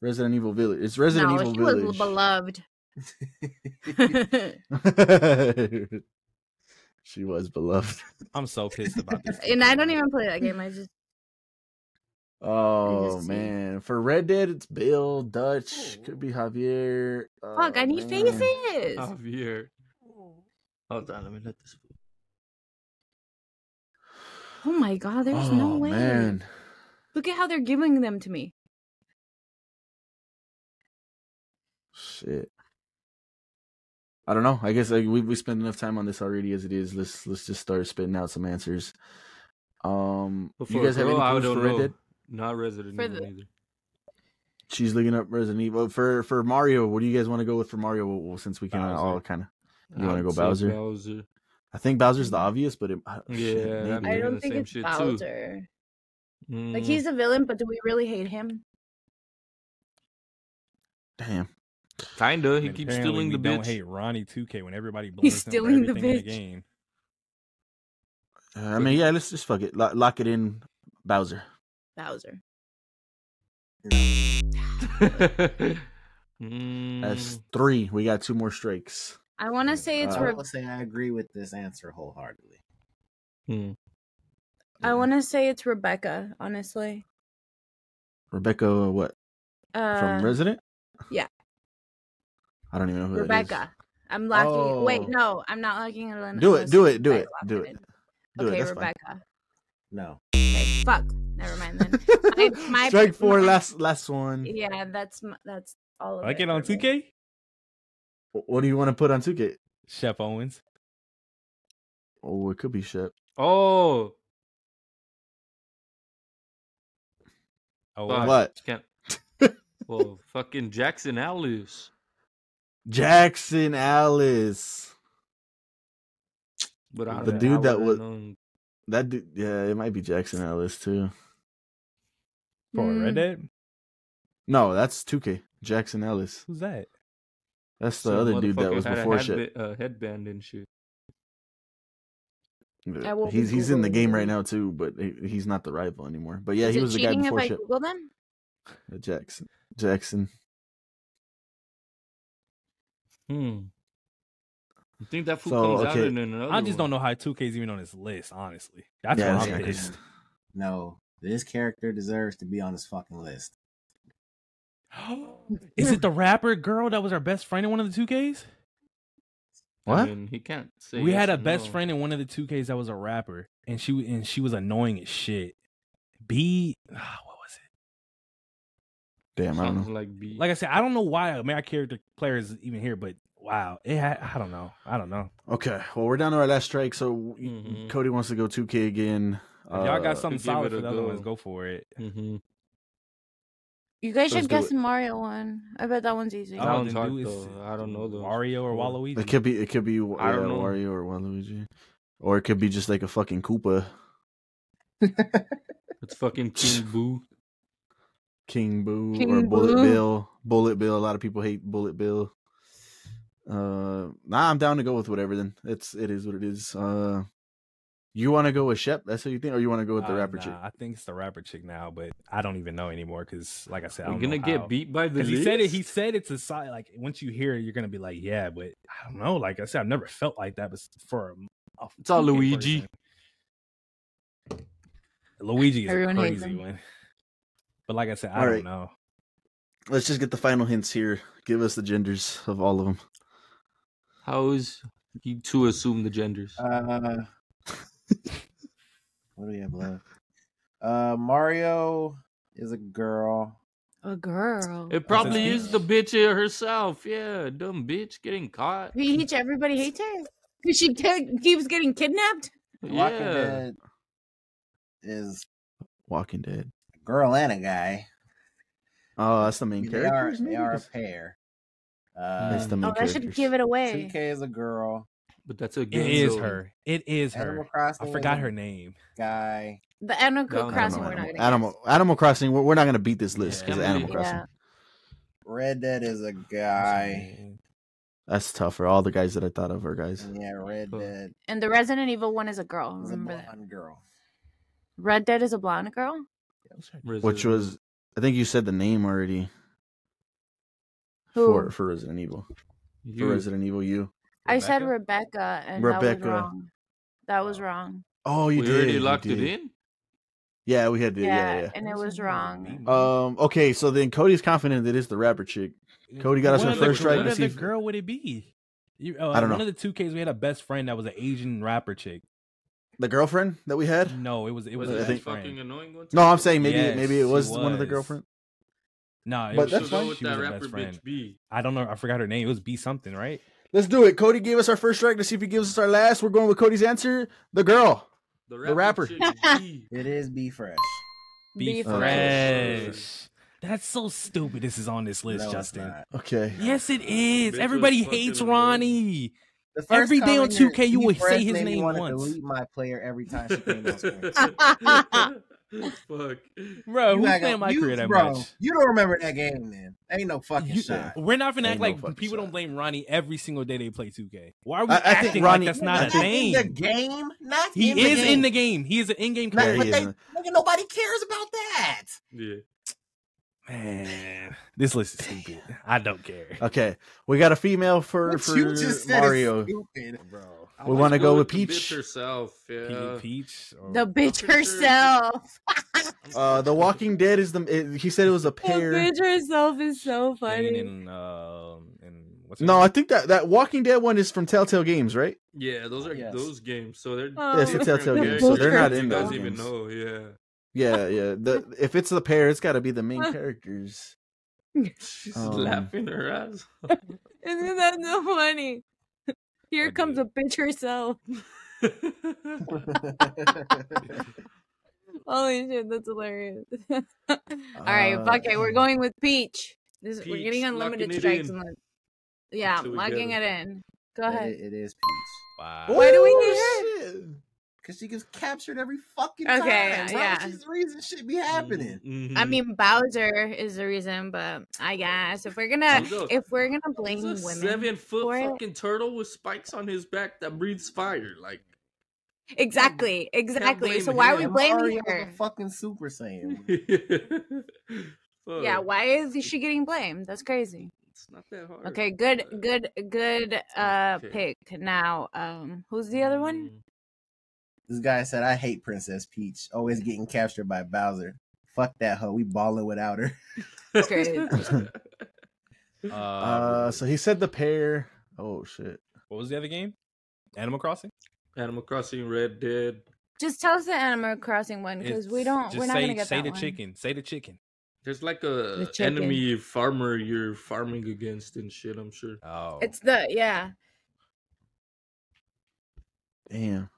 S2: Resident Evil Village. It's Resident
S4: no,
S2: Evil
S4: she was
S2: Village.
S4: beloved.
S2: she was beloved.
S3: I'm so pissed about this.
S4: and I don't
S3: game.
S4: even play that game. I just
S2: Oh
S4: see.
S2: man, for Red Dead, it's Bill Dutch. Could be Javier.
S4: fuck. I
S2: Oh,
S4: need
S2: man.
S4: faces.
S5: Javier. Hold on, let me let this.
S4: Oh my god, there's no
S2: Oh,
S4: way.
S2: man.
S4: Look at how they're giving them to me.
S2: Shit. I don't know. I guess like, we we spent enough time on this already as it is. Let's let's just start spitting out some answers. Um, you guys have any
S5: I
S2: clues
S5: don't
S2: for Red
S5: know.
S2: Dead?
S5: Not Resident
S4: For
S5: Evil
S4: the-
S5: either.
S2: She's looking up Resident Evil for for Mario. What do you guys want to go with for Mario? Well, well, since we can
S3: Bowser.
S2: all kind of, You
S5: I
S2: wanna
S5: would
S2: go
S5: say
S2: Bowser?
S5: Bowser.
S2: I think Bowser's the obvious, but it, uh, shit,
S5: Yeah, uh,
S2: maybe.
S5: that'd be
S4: I
S5: Yeah,
S4: don't
S5: the
S4: think
S5: same
S4: it's
S5: shit too.
S4: Bowser. Like
S5: Mm,
S4: he's a villain, but do we really hate him?
S2: damn.
S5: kinda. He
S3: And
S5: keeps
S3: apparently
S5: stealing
S3: we
S5: the
S3: Don't
S5: bitch.
S3: hate Ronnie 2K when everybody blames him for
S4: stealing the
S3: everything in
S4: bitch.
S3: game.
S2: Uh, I mean, yeah. Let's just fuck it. Lo- lock it in, Bowser.
S4: Bowser.
S2: That's
S5: Mm,
S2: three. We got two more strikes.
S4: I want to say it's.
S2: Uh,
S1: I
S4: Re-
S1: will say I agree with this answer wholeheartedly.
S5: mm.
S4: I want to say it's Rebecca. Honestly.
S2: Rebecca, what
S4: Uh,
S2: from Resident?
S4: yeah.
S2: I don't even know who that is.
S4: Rebecca. I'm locking.
S2: Oh.
S4: Wait, no, I'm not locking it in.
S2: Do it,
S4: unless
S2: do it, do
S4: I
S2: it,
S4: lock
S2: do it.
S4: in.
S2: Do it,
S4: okay,
S2: that's fine.
S4: Rebecca.
S1: No.
S4: Okay, fuck. Never mind then. My- my-
S2: Strike four,
S4: my-
S2: last last one.
S4: Yeah, that's m- that's all. Of
S3: Like
S4: it
S3: it on
S4: for me.
S3: 2K?
S2: Wh- What do you want to put on 2K?
S3: Chef Owens.
S2: Oh, it could be Shep.
S5: Oh,
S3: Oh,
S5: fuck.
S2: What?
S5: Can't. well, fucking Jackson Alice.
S2: Jackson Alice.
S5: But I,
S2: The
S5: I
S2: dude that
S5: would've
S2: was-
S5: known.
S2: That dude, yeah, it might be Jackson Alice too.
S3: for Red
S4: Mm.
S3: Dead?
S2: No, that's 2K. Jackson Ellis.
S3: Who's that?
S2: That's the
S5: Some
S2: other dude that
S5: motherfucker
S2: was
S5: had a
S2: before
S5: headba-
S2: shit.
S5: uh, headband and shit.
S4: I will be
S2: He's he's in the
S4: Googling
S2: game
S4: him.
S2: right now too, but he, he's not the rival anymore. But yeah,
S4: Is
S2: he
S4: it
S2: was the guy
S4: cheating if
S2: before
S4: I
S2: shit.
S4: Google them?
S2: Uh, Jackson. Jackson.
S5: Hmm. You think that food
S2: So,
S5: comes out
S2: okay.
S5: in another?
S3: I just don't
S5: one.
S3: know how 2K is even on this list, honestly. That's
S2: Yeah,
S3: what
S2: it's
S3: I'm
S2: not
S3: pissed.
S2: good.
S1: No, this character deserves to be on this fucking list.
S3: is it the rapper girl that was our best friend in one of the 2Ks?
S5: I
S2: What?
S5: mean, he can't say.
S3: We
S5: yes
S3: had a
S5: or
S3: best
S5: no.
S3: friend in one of the 2Ks that was a rapper, and she and she was annoying as shit. B, ah, what was it?
S2: Damn, I don't
S5: Sounds
S2: know.
S5: like B.
S3: Like I said, I don't know why a main character player is even here, but wow, it had, I don't know, I don't know.
S2: Okay, well we're down to our last strike, so we-
S5: Mhm.
S2: Cody wants to go 2K again.
S3: If y'all
S2: Uh,
S3: got something
S5: give it
S3: solid
S5: a
S3: for the other
S5: go.
S3: ones, go for it.
S5: hmm
S4: You
S2: Let's
S4: guys should
S2: do
S4: guess
S2: it.
S4: the Mario one. I bet that one's easy.
S5: That
S3: All
S5: one's
S3: they
S5: hard,
S3: do is
S5: though. I don't know those.
S3: Mario or
S5: Cool.
S3: Waluigi.
S2: It could be it could be
S5: I
S2: yeah,
S5: don't know.
S2: Wario or Waluigi. Or it could be just like a fucking Koopa.
S5: It's fucking King Boo.
S2: King Boo
S4: King
S2: or Bullet
S4: Boo.
S2: Bill. Bullet Bill. A lot of people hate Bullet Bill. Uh, nah, I'm down to go with whatever. Then it's it is what it is. Uh, you want to go with Shep? That's what you think, or you want to go with the
S3: Uh,
S2: rapper
S3: nah,
S2: chick?
S3: I think it's the rapper chick now, but I don't even know anymore because, like I said,
S5: We're
S3: I'm
S5: gonna get beat by the.
S3: Because he said it,
S5: list?
S3: he said it's a side. Like once you hear it, you're gonna be like, yeah, but I don't know. Like I said, I've never felt like that. But for a, a
S5: It's all
S3: 2K
S5: Luigi.
S3: person. Luigi is
S4: Everyone
S3: a
S4: hates
S3: crazy
S4: him.
S3: one. But like I said, I
S2: All
S3: don't
S2: right.
S3: know.
S2: Let's just get the final hints here. Give us the genders of all of them.
S5: How is you two assume the genders?
S1: Uh, what do we have left? Uh, Mario is a girl.
S2: Oh.
S4: A girl.
S5: it probably
S3: his
S5: is the bitch herself. Yeah, dumb bitch getting caught.
S4: Peach, everybody hates her. 'Cause She ke- keeps getting kidnapped.
S1: Walking
S5: Yeah,
S1: Dead is
S2: Walking Dead.
S1: a girl and a guy.
S2: Oh, that's the main
S1: They are,
S2: characters.
S1: they
S2: maybe?
S1: are a pair.
S2: That's
S1: Uh,
S2: the main
S4: Oh, that should
S2: characters.
S4: give it away.
S1: 2K is a girl.
S5: but that's a game
S3: It is
S5: zone.
S3: her. It is
S1: Animal
S3: her.
S1: Crossing.
S3: I
S1: is
S3: forgot
S1: a
S3: her name.
S1: Guy.
S4: The Animal
S5: That one's
S2: Animal,
S4: Crossing, we're not
S2: Animal,
S4: gonna
S2: Animal, Animal Crossing. We're, we're not gonna beat this list
S3: Yeah.
S2: because
S5: Can't
S2: Animal
S5: beat it.
S2: Crossing.
S4: Yeah.
S1: Red Dead is a guy.
S2: That's tougher. All the guys that I thought of are guys.
S1: And Yeah, Red
S5: Cool.
S1: Dead
S4: guess. And the Resident Evil one is a girl.
S1: is a
S4: Remember that.
S1: blonde girl.
S4: Red Dead is a blonde girl.
S2: Which
S5: Resident-
S2: was, I think you said the name already
S4: Who?
S2: for for Resident Evil.
S5: you,
S2: for Resident Evil U.
S4: I said Rebecca,
S5: Rebecca?
S4: and that was
S2: Rebecca.
S4: wrong. That was
S3: Oh.
S4: wrong.
S2: Oh,
S5: we
S2: you did.
S5: already
S2: you
S5: locked it
S2: did.
S5: in.
S2: Yeah, we had to.
S4: yeah,
S2: Yeah, yeah.
S4: and it was wrong.
S2: Um. Okay, so then Cody's confident that it's the rapper chick. Cody got us
S3: What
S5: our
S3: other-
S5: first strike
S3: What
S5: to
S2: see
S3: other
S2: if-
S3: girl would it be? You, uh,
S2: I don't
S3: One
S2: know.
S3: of the two Ks we had a best friend that was an Asian rapper chick.
S2: The girlfriend that we had.
S3: No, it was it was
S2: I
S3: a
S5: that
S3: best
S2: think-
S5: fucking
S3: friend.
S5: annoying one?
S2: No, I'm saying maybe
S3: Yes,
S2: maybe it
S3: she
S2: was, one of the
S3: was.
S2: girlfriend.
S3: No, it
S2: But
S3: was,
S2: that's fine.
S5: so go
S3: She
S5: with
S3: was
S5: that
S3: a
S5: rapper
S3: best friend.
S5: bitch B.
S3: I don't know. I forgot her name. It was B something, right?
S2: Let's do it. Cody gave us our first strike. Let's see if he gives us our last. We're going with Cody's answer. The girl.
S5: The
S2: rapper.
S5: chick B.
S1: It is B Fresh.
S3: B
S4: Be
S2: fresh.
S3: Fresh. That's so stupid. This is on this list,
S1: No, it's
S3: Justin.
S1: not.
S2: Okay.
S3: Yes, it is.
S5: Bitch was
S3: Everybody
S5: fucking
S3: hates
S5: annoying.
S3: Ronnie.
S1: The
S3: Every day on
S1: comment
S3: 2K, you
S1: here,
S3: will
S1: B Fresh
S3: say his
S1: made me
S3: name
S1: wanna
S3: once.
S1: Delete my player every time she came on screen.
S5: Fuck.
S3: Bro,
S1: You not
S3: who's playing
S1: gonna-
S3: my
S1: you-
S3: career that
S1: bro,
S3: much?
S1: You don't remember that game, then. Ain't no fucking
S3: You-
S1: shot.
S3: We're not gonna
S2: Ain't
S3: act
S2: no
S3: like
S2: fucking
S3: people
S2: shot.
S3: don't blame Ronnie every single day they play 2K. Why are we
S2: I- I think
S3: acting
S2: Ronnie-
S3: like that's
S2: I
S3: not a
S1: Not in
S3: thing?
S1: the game. Not
S3: He
S1: in
S3: is
S1: the game.
S3: in the game. He is an in-game
S1: Not,
S2: Yeah,
S3: character.
S1: but
S2: he
S1: they,
S2: is.
S1: nigga, nobody cares about that.
S5: Yeah.
S3: Man, this list is stupid. I don't care,
S2: Okay. We got a female for
S1: What
S2: for
S1: you just said is
S2: Mario.
S1: stupid.
S3: bro.
S5: I
S2: We
S5: was
S2: wanna go with
S5: the bitch
S2: Peach?
S5: herself. Yeah.
S3: Pe- Peach. or-
S4: The bitch
S5: pretty sure
S4: herself.
S2: Uh, The Walking Dead is the. It, he said it was a
S4: The
S2: pair.
S4: bitch herself is so
S3: Shane
S4: funny.
S3: and, um, and what's her
S2: No,
S3: name?
S2: I think that that Walking Dead one is from Telltale Games, right?
S5: Yeah, those are
S1: Yes.
S5: those games. So they're
S4: Oh. Yes,
S2: it's
S5: different
S2: Telltale
S4: games,
S5: characters
S4: so they're not
S5: that
S4: in
S5: you
S4: those
S5: guys even
S2: games.
S5: know. Yeah.
S2: Yeah, yeah. The if it's the pair, it's got to be the main characters.
S5: She's
S2: Um,
S5: laughing her ass. off.
S4: Isn't that so funny? Here
S5: I
S4: comes
S5: did.
S4: a bitch herself. Holy shit, that's hilarious. All right,
S2: Uh,
S4: fuck it. We're going with Peach. This, we're
S5: Peach,
S4: getting unlimited
S5: locking it
S4: strikes.
S5: in.
S4: Unlimited. Yeah,
S5: Until we get
S4: locking
S5: it.
S4: it in. Go ahead.
S1: It, it is peach
S3: Wow.
S4: Why do we need
S2: Oh, shit.
S1: because she gets captured every fucking
S4: Okay,
S1: time. How
S4: yeah.
S1: is She's the reason shit be happening.
S4: I
S5: Mhm.
S4: mean, Bowser is the reason, but I guess if we're gonna
S5: Look,
S4: if we're gonna blame
S5: It's a
S4: women,
S5: seven foot
S4: for it.
S5: fucking turtle with spikes on his back that breathes fire. Like,
S4: exactly, exactly.
S5: blame
S4: So why are we
S5: him.
S1: Mario
S4: blaming
S1: was
S4: her?
S1: a fucking Super Saiyan.
S4: Yeah,
S5: Fuck,
S4: why is she getting blamed? That's crazy.
S5: it's not that hard.
S4: Okay, good,
S5: Uh,
S4: good, good uh
S5: Okay.
S4: pick. Now, um, who's the other
S5: Mm.
S4: one?
S5: mm-hmm.
S1: This guy said, "I hate Princess Peach. Always getting captured by Bowser. Fuck that hoe. We balling without her."
S4: Crazy.
S3: Uh,
S2: Uh, so he said the pair. Oh shit.
S3: what was the other game? Animal Crossing.
S5: Animal Crossing Red Dead.
S4: Just tell us the Animal Crossing one because we
S3: It's-
S4: don't.
S3: Just
S4: We're not
S3: say,
S4: gonna get
S3: say
S4: that
S3: the
S4: one.
S3: chicken. Say the chicken.
S5: There's like a
S4: The chicken.
S5: enemy farmer you're farming against and shit. I'm sure.
S3: Oh,
S4: It's the yeah.
S2: Damn.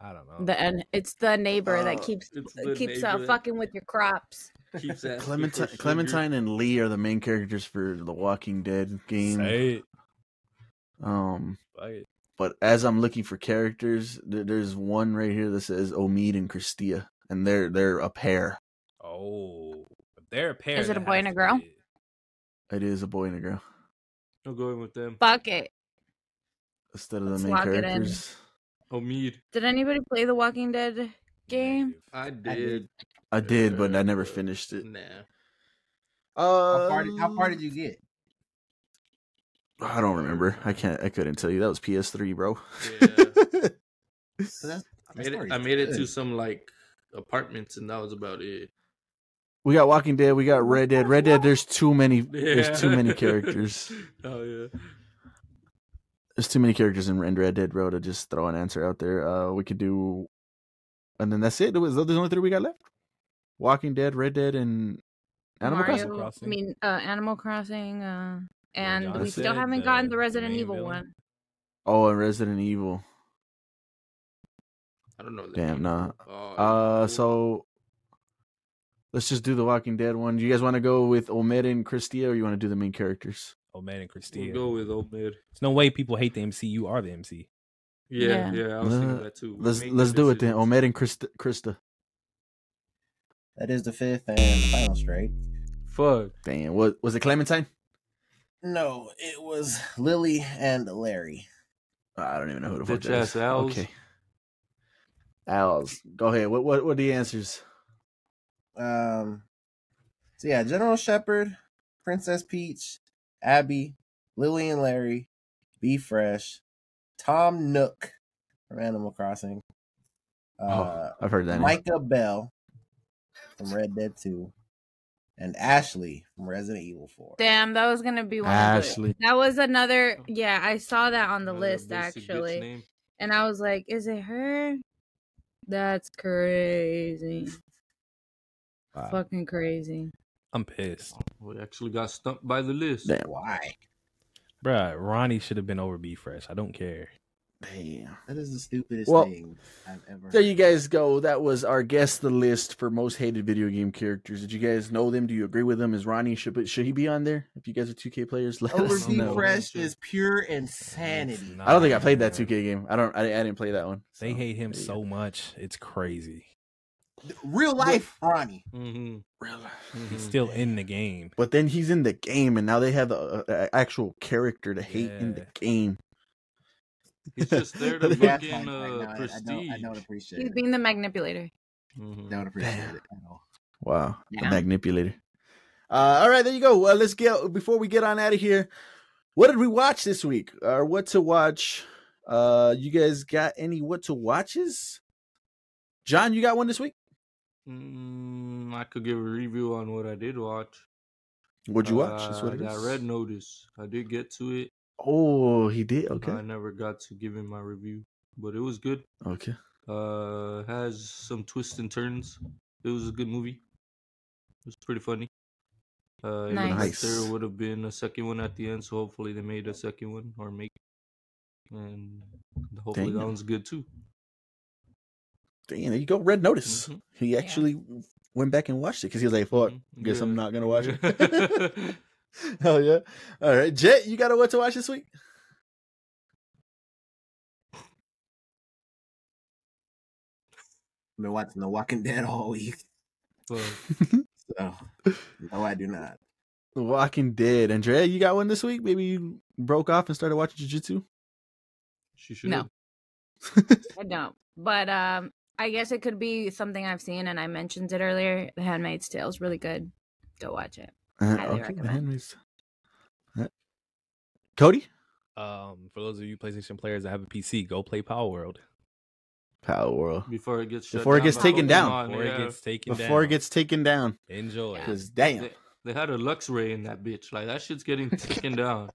S3: I don't know.
S4: The and it's the neighbor that
S2: Uh,
S4: keeps
S5: it's the
S4: keeps uh,
S5: neighbor.
S4: fucking with your crops.
S5: Keeps asking for
S2: Clementine,
S5: sugar.
S2: Clementine and Lee are the main characters for the Walking Dead game.
S3: Say it.
S2: Um,
S3: Fuck it.
S2: but as I'm looking for characters, there, there's one right here that says Omid and Christia, and they're they're a pair.
S3: Oh, if they're a pair.
S4: Is it a
S3: that
S4: boy
S3: has
S4: and a
S3: to
S4: girl?
S3: be it.
S2: It is a boy and a girl
S5: I'm going with them.
S4: Fuck it.
S2: instead of
S4: Let's
S2: the main
S4: lock it in.
S2: characters.
S5: Omid.
S4: Did anybody play the Walking Dead game?
S3: Negative.
S5: I
S1: I
S5: did.
S1: did.
S2: I did, but I never
S5: Uh,
S2: finished it.
S5: Nah.
S1: How
S2: Uh,
S1: far, did, how far did you get?
S2: I don't remember. I can't. I couldn't tell you. That was PS3, bro.
S5: Yeah.
S1: So that's,
S5: Um, I made it. I made it to some like apartments, and that was about it.
S2: we got Walking Dead. We got Red Dead. Red Dead. There's too many. There's too many
S5: Yeah.
S2: characters.
S5: oh yeah.
S2: there's too many characters in in Red Dead Road to just throw an answer out there. Uh, we could do, and then that's it. There was there's only three we got left: Walking Dead, Red Dead, and Animal
S4: Mario,
S2: Crossing.
S3: Crossing.
S4: I mean, uh, Animal Crossing. Uh, and
S3: John
S4: we still
S3: said
S4: haven't
S3: the-
S4: gotten the
S3: the
S4: Resident
S3: main
S4: Evil
S3: villain.
S4: one.
S2: Oh, and Resident Evil.
S5: I don't know. the
S2: Damn,
S5: name.
S2: nah.
S5: Oh,
S2: Uh,
S5: cool.
S2: so let's just do the Walking Dead one. You guys want to go with Omed and Christia, or you want to do the main characters?
S3: Oh man, and
S5: we'll
S3: Christia.
S5: go with Omid.
S3: There's no way people hate the MC. You are the MC.
S4: Yeah.
S5: Yeah, yeah. I was
S2: Uh,
S5: thinking that too. We
S2: Let's
S5: make
S2: let's
S5: the
S2: do it then.
S5: decisions.
S2: Omed and Christa. Krista.
S1: That is the fifth and final strike.
S5: Fuck.
S2: Damn, what was it? Clementine?
S1: No, it was Lily and Larry.
S2: Ah, I don't even know who the fuck
S5: Bitch
S2: that
S5: ass
S2: is.
S5: owls.
S2: Okay. Owls. Go ahead. What what what are the answers?
S1: Um, so yeah, General Shepard, Princess Peach, Abby, Lily and Larry, Be Fresh, Tom Nook from Animal Crossing, uh,
S2: oh, I've heard that. name.
S1: Micah Bell from Red Dead Two, and Ashley from Resident Evil Four.
S4: Damn, that was gonna be one. of the-
S2: Ashley.
S4: that was another. Yeah, I saw that on the
S5: Another
S4: list
S5: basic bitch
S4: actually,
S5: name.
S4: and I was like, "Is it her?" That's crazy.
S3: Wow.
S4: Fucking crazy.
S3: I'm pissed,
S5: Oh, We actually got stumped by the list.
S2: Damn.
S1: Why?
S3: Bruh, Ronnie should have been over B Fresh. I don't care.
S2: Damn.
S1: That is the stupidest
S2: Well,
S1: thing I've ever.
S2: There you
S1: heard.
S2: guys go. That was our guess the list for most hated video game characters. Did you guys know them? Do you agree with them? Is Ronnie should should he be on there? If you guys are 2K players, let
S1: Over
S2: us
S1: Be
S2: know.
S1: Fresh is pure
S3: It's
S1: insanity.
S3: not-
S2: I don't think I played that 2K game. I don't. I, I didn't play that one.
S3: They
S2: so,
S3: hate him
S2: there you
S3: so much. It's crazy.
S1: Real life, Ronnie.
S5: Mm-hmm.
S2: go. Real-
S3: He's still in the game.
S2: But then he's in the game, and now they have a, a- a actual character to hate in the
S3: Yeah.
S2: game.
S5: He's just there to
S2: The
S1: Yeah,
S5: fucking
S1: fine, fine, no,
S5: uh,
S1: I- I, don't,
S5: prestige.
S1: I Mm-hmm. don't appreciate
S4: He's
S1: it.
S4: being the manipulator.
S5: Mhm.
S1: Don't appreciate
S2: Damn.
S1: it at all.
S2: Wow, the
S4: Yeah.
S2: manipulator. Uh, all right, there you go. Well, let's get before we get on out of here. What did we watch this week, or what to watch? Uh, you guys got any what to watches? John, you got one this week.
S5: Mm, I could give a review on what I did watch.
S2: What'd you watch? That's
S5: Uh,
S2: what
S5: I
S2: it
S5: got
S2: is.
S5: Red Notice. I did get to it.
S2: Oh, he did.
S5: I
S2: Okay,
S5: never got to giving my review, but it was good.
S2: okay.
S5: Uh, has some twists and turns. It was a good movie. It was pretty funny. Uh, nice.
S4: Nice.
S5: there would have been a second one at the end, so hopefully they made a second one or make, and hopefully that
S2: Damn.
S5: one's good too.
S2: Damn, there you go. Red Notice.
S5: Mhm.
S2: He
S4: Yeah.
S2: actually went back and watched it because he was like, "Fuck,
S5: Mhm.
S2: guess I'm
S5: Yeah.
S2: not gonna watch it." Hell yeah! All right, Jet, you got a what to watch this week?
S1: I've been watching The Walking Dead all week,
S5: Fuck.
S1: so no, I do not.
S2: The Walking Dead. Andrea, you got one this week? Maybe you broke off and started watching jujitsu.
S5: she should.
S4: No. I don't. But um, I guess it could be something I've seen, and I mentioned it earlier. The Handmaid's Tale is really good. Go watch it.
S2: Uh,
S4: Highly
S2: okay,
S4: recommend.
S2: Henry's. Uh, Cody,
S3: Um, for those of you PlayStation players that have a PC, go play Power World
S2: Power World.
S5: Before it gets shut
S2: Before it
S5: down
S2: gets
S5: by
S2: taken down.
S5: Pokemon,
S3: before
S5: yeah.
S3: it gets taken
S2: Before
S3: down.
S2: it gets taken down,
S3: enjoy.
S4: Yeah.
S2: because damn,
S5: They, they had a Luxray in that bitch. Like that shit's getting taken down.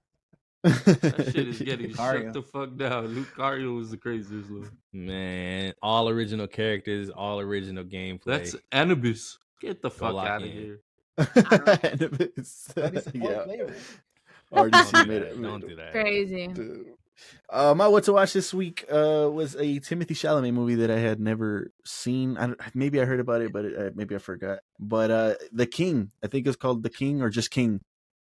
S5: That
S2: that
S5: shit is getting
S1: Lucario.
S5: shut the fuck down. Lucario was the craziest one.
S3: Man, all original characters, all original gameplay.
S5: That's Anubis. Get the fuck
S3: lock
S5: out of
S3: in.
S5: here.
S1: Support
S2: yeah.
S1: flavor.
S2: RDC
S3: don't do
S2: made
S3: that.
S2: it.
S3: Don't do that.
S4: Crazy.
S2: Dude. Uh, my what to watch this week uh, was a Timothy Chalamet movie that I had never seen. I don't, maybe I heard about it, but uh, maybe I forgot. But uh, The King, I think it's called The King or just King,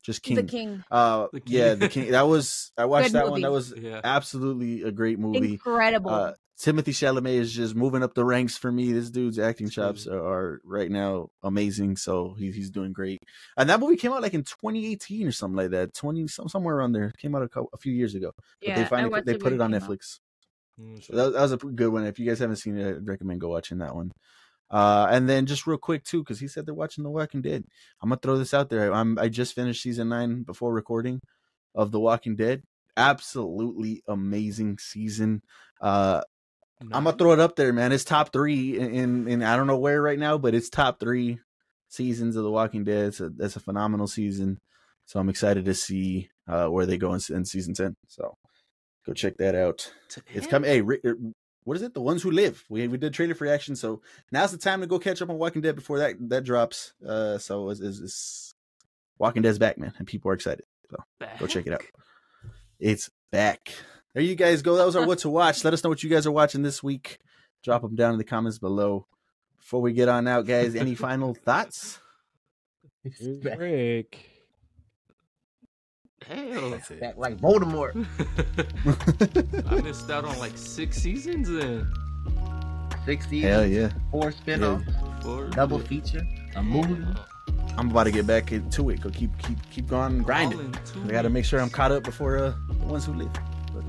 S2: just King.
S4: The King.
S2: Uh,
S5: The King.
S2: yeah, The King. That was I watched
S4: Good
S2: that one. That
S4: movie.
S2: was
S5: Yeah.
S2: absolutely a great movie.
S4: Incredible.
S2: Uh, Timothy Chalamet is just moving up the ranks for me. This dude's acting chops are, are right now amazing, so he, he's doing great. And that movie came out like in 2018 or something like that, 20 some somewhere around there. It came out a, couple, a few years ago,
S4: yeah,
S2: but they
S4: I
S2: finally
S4: watched
S2: they put
S4: when
S2: it on
S4: came out.
S2: Netflix.
S5: Mm,
S2: So that, that was a good one. If you guys haven't seen it, I'd recommend go watching that one. Uh, and then just real quick too, because he said they're watching The Walking Dead. I'm gonna throw this out there. I'm I just finished season nine before recording of The Walking Dead. Absolutely amazing season. Uh, I'm gonna throw it up there, man. It's top three in, in in I don't know where right now, but it's top three seasons of The Walking Dead. It's a, that's a phenomenal season. So I'm excited to see uh, where they go in, in season ten. So go check that out. It's coming. Hey, Rick, er, what is it? The ones who live. We we did trailer for action, so now's the time to go catch up on Walking Dead before that that drops. Uh, so is is Walking Dead's back, man, and people are excited. Go check it out. It's back. There you guys go. That was our what to watch. Let us know what you guys are watching this week. Drop them down in the comments below. Before we get on out, guys, any final thoughts?
S1: It's
S3: Here's
S1: back,
S3: Rick.
S5: Hell.
S3: That's it.
S1: back like Voldemort.
S5: I missed out on like six seasons then.
S1: Six
S2: Hell
S1: seasons,
S2: yeah.
S1: four spin-offs,
S5: Four.
S1: double feature, a movie.
S2: I'm about to get back into it. Go keep keep keep going grinding. I gotta make sure I'm caught up before uh, the ones who live. But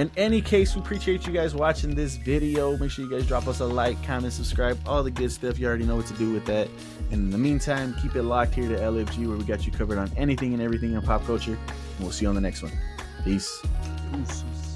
S2: in any case, we appreciate you guys watching this video. Make sure you guys drop us a like, comment, subscribe, all the good stuff. You already know what to do with that. And in the meantime, keep it locked here to LFG where we got you covered on anything and everything in pop culture. And we'll see you on the next one. Peace.
S5: Deuces.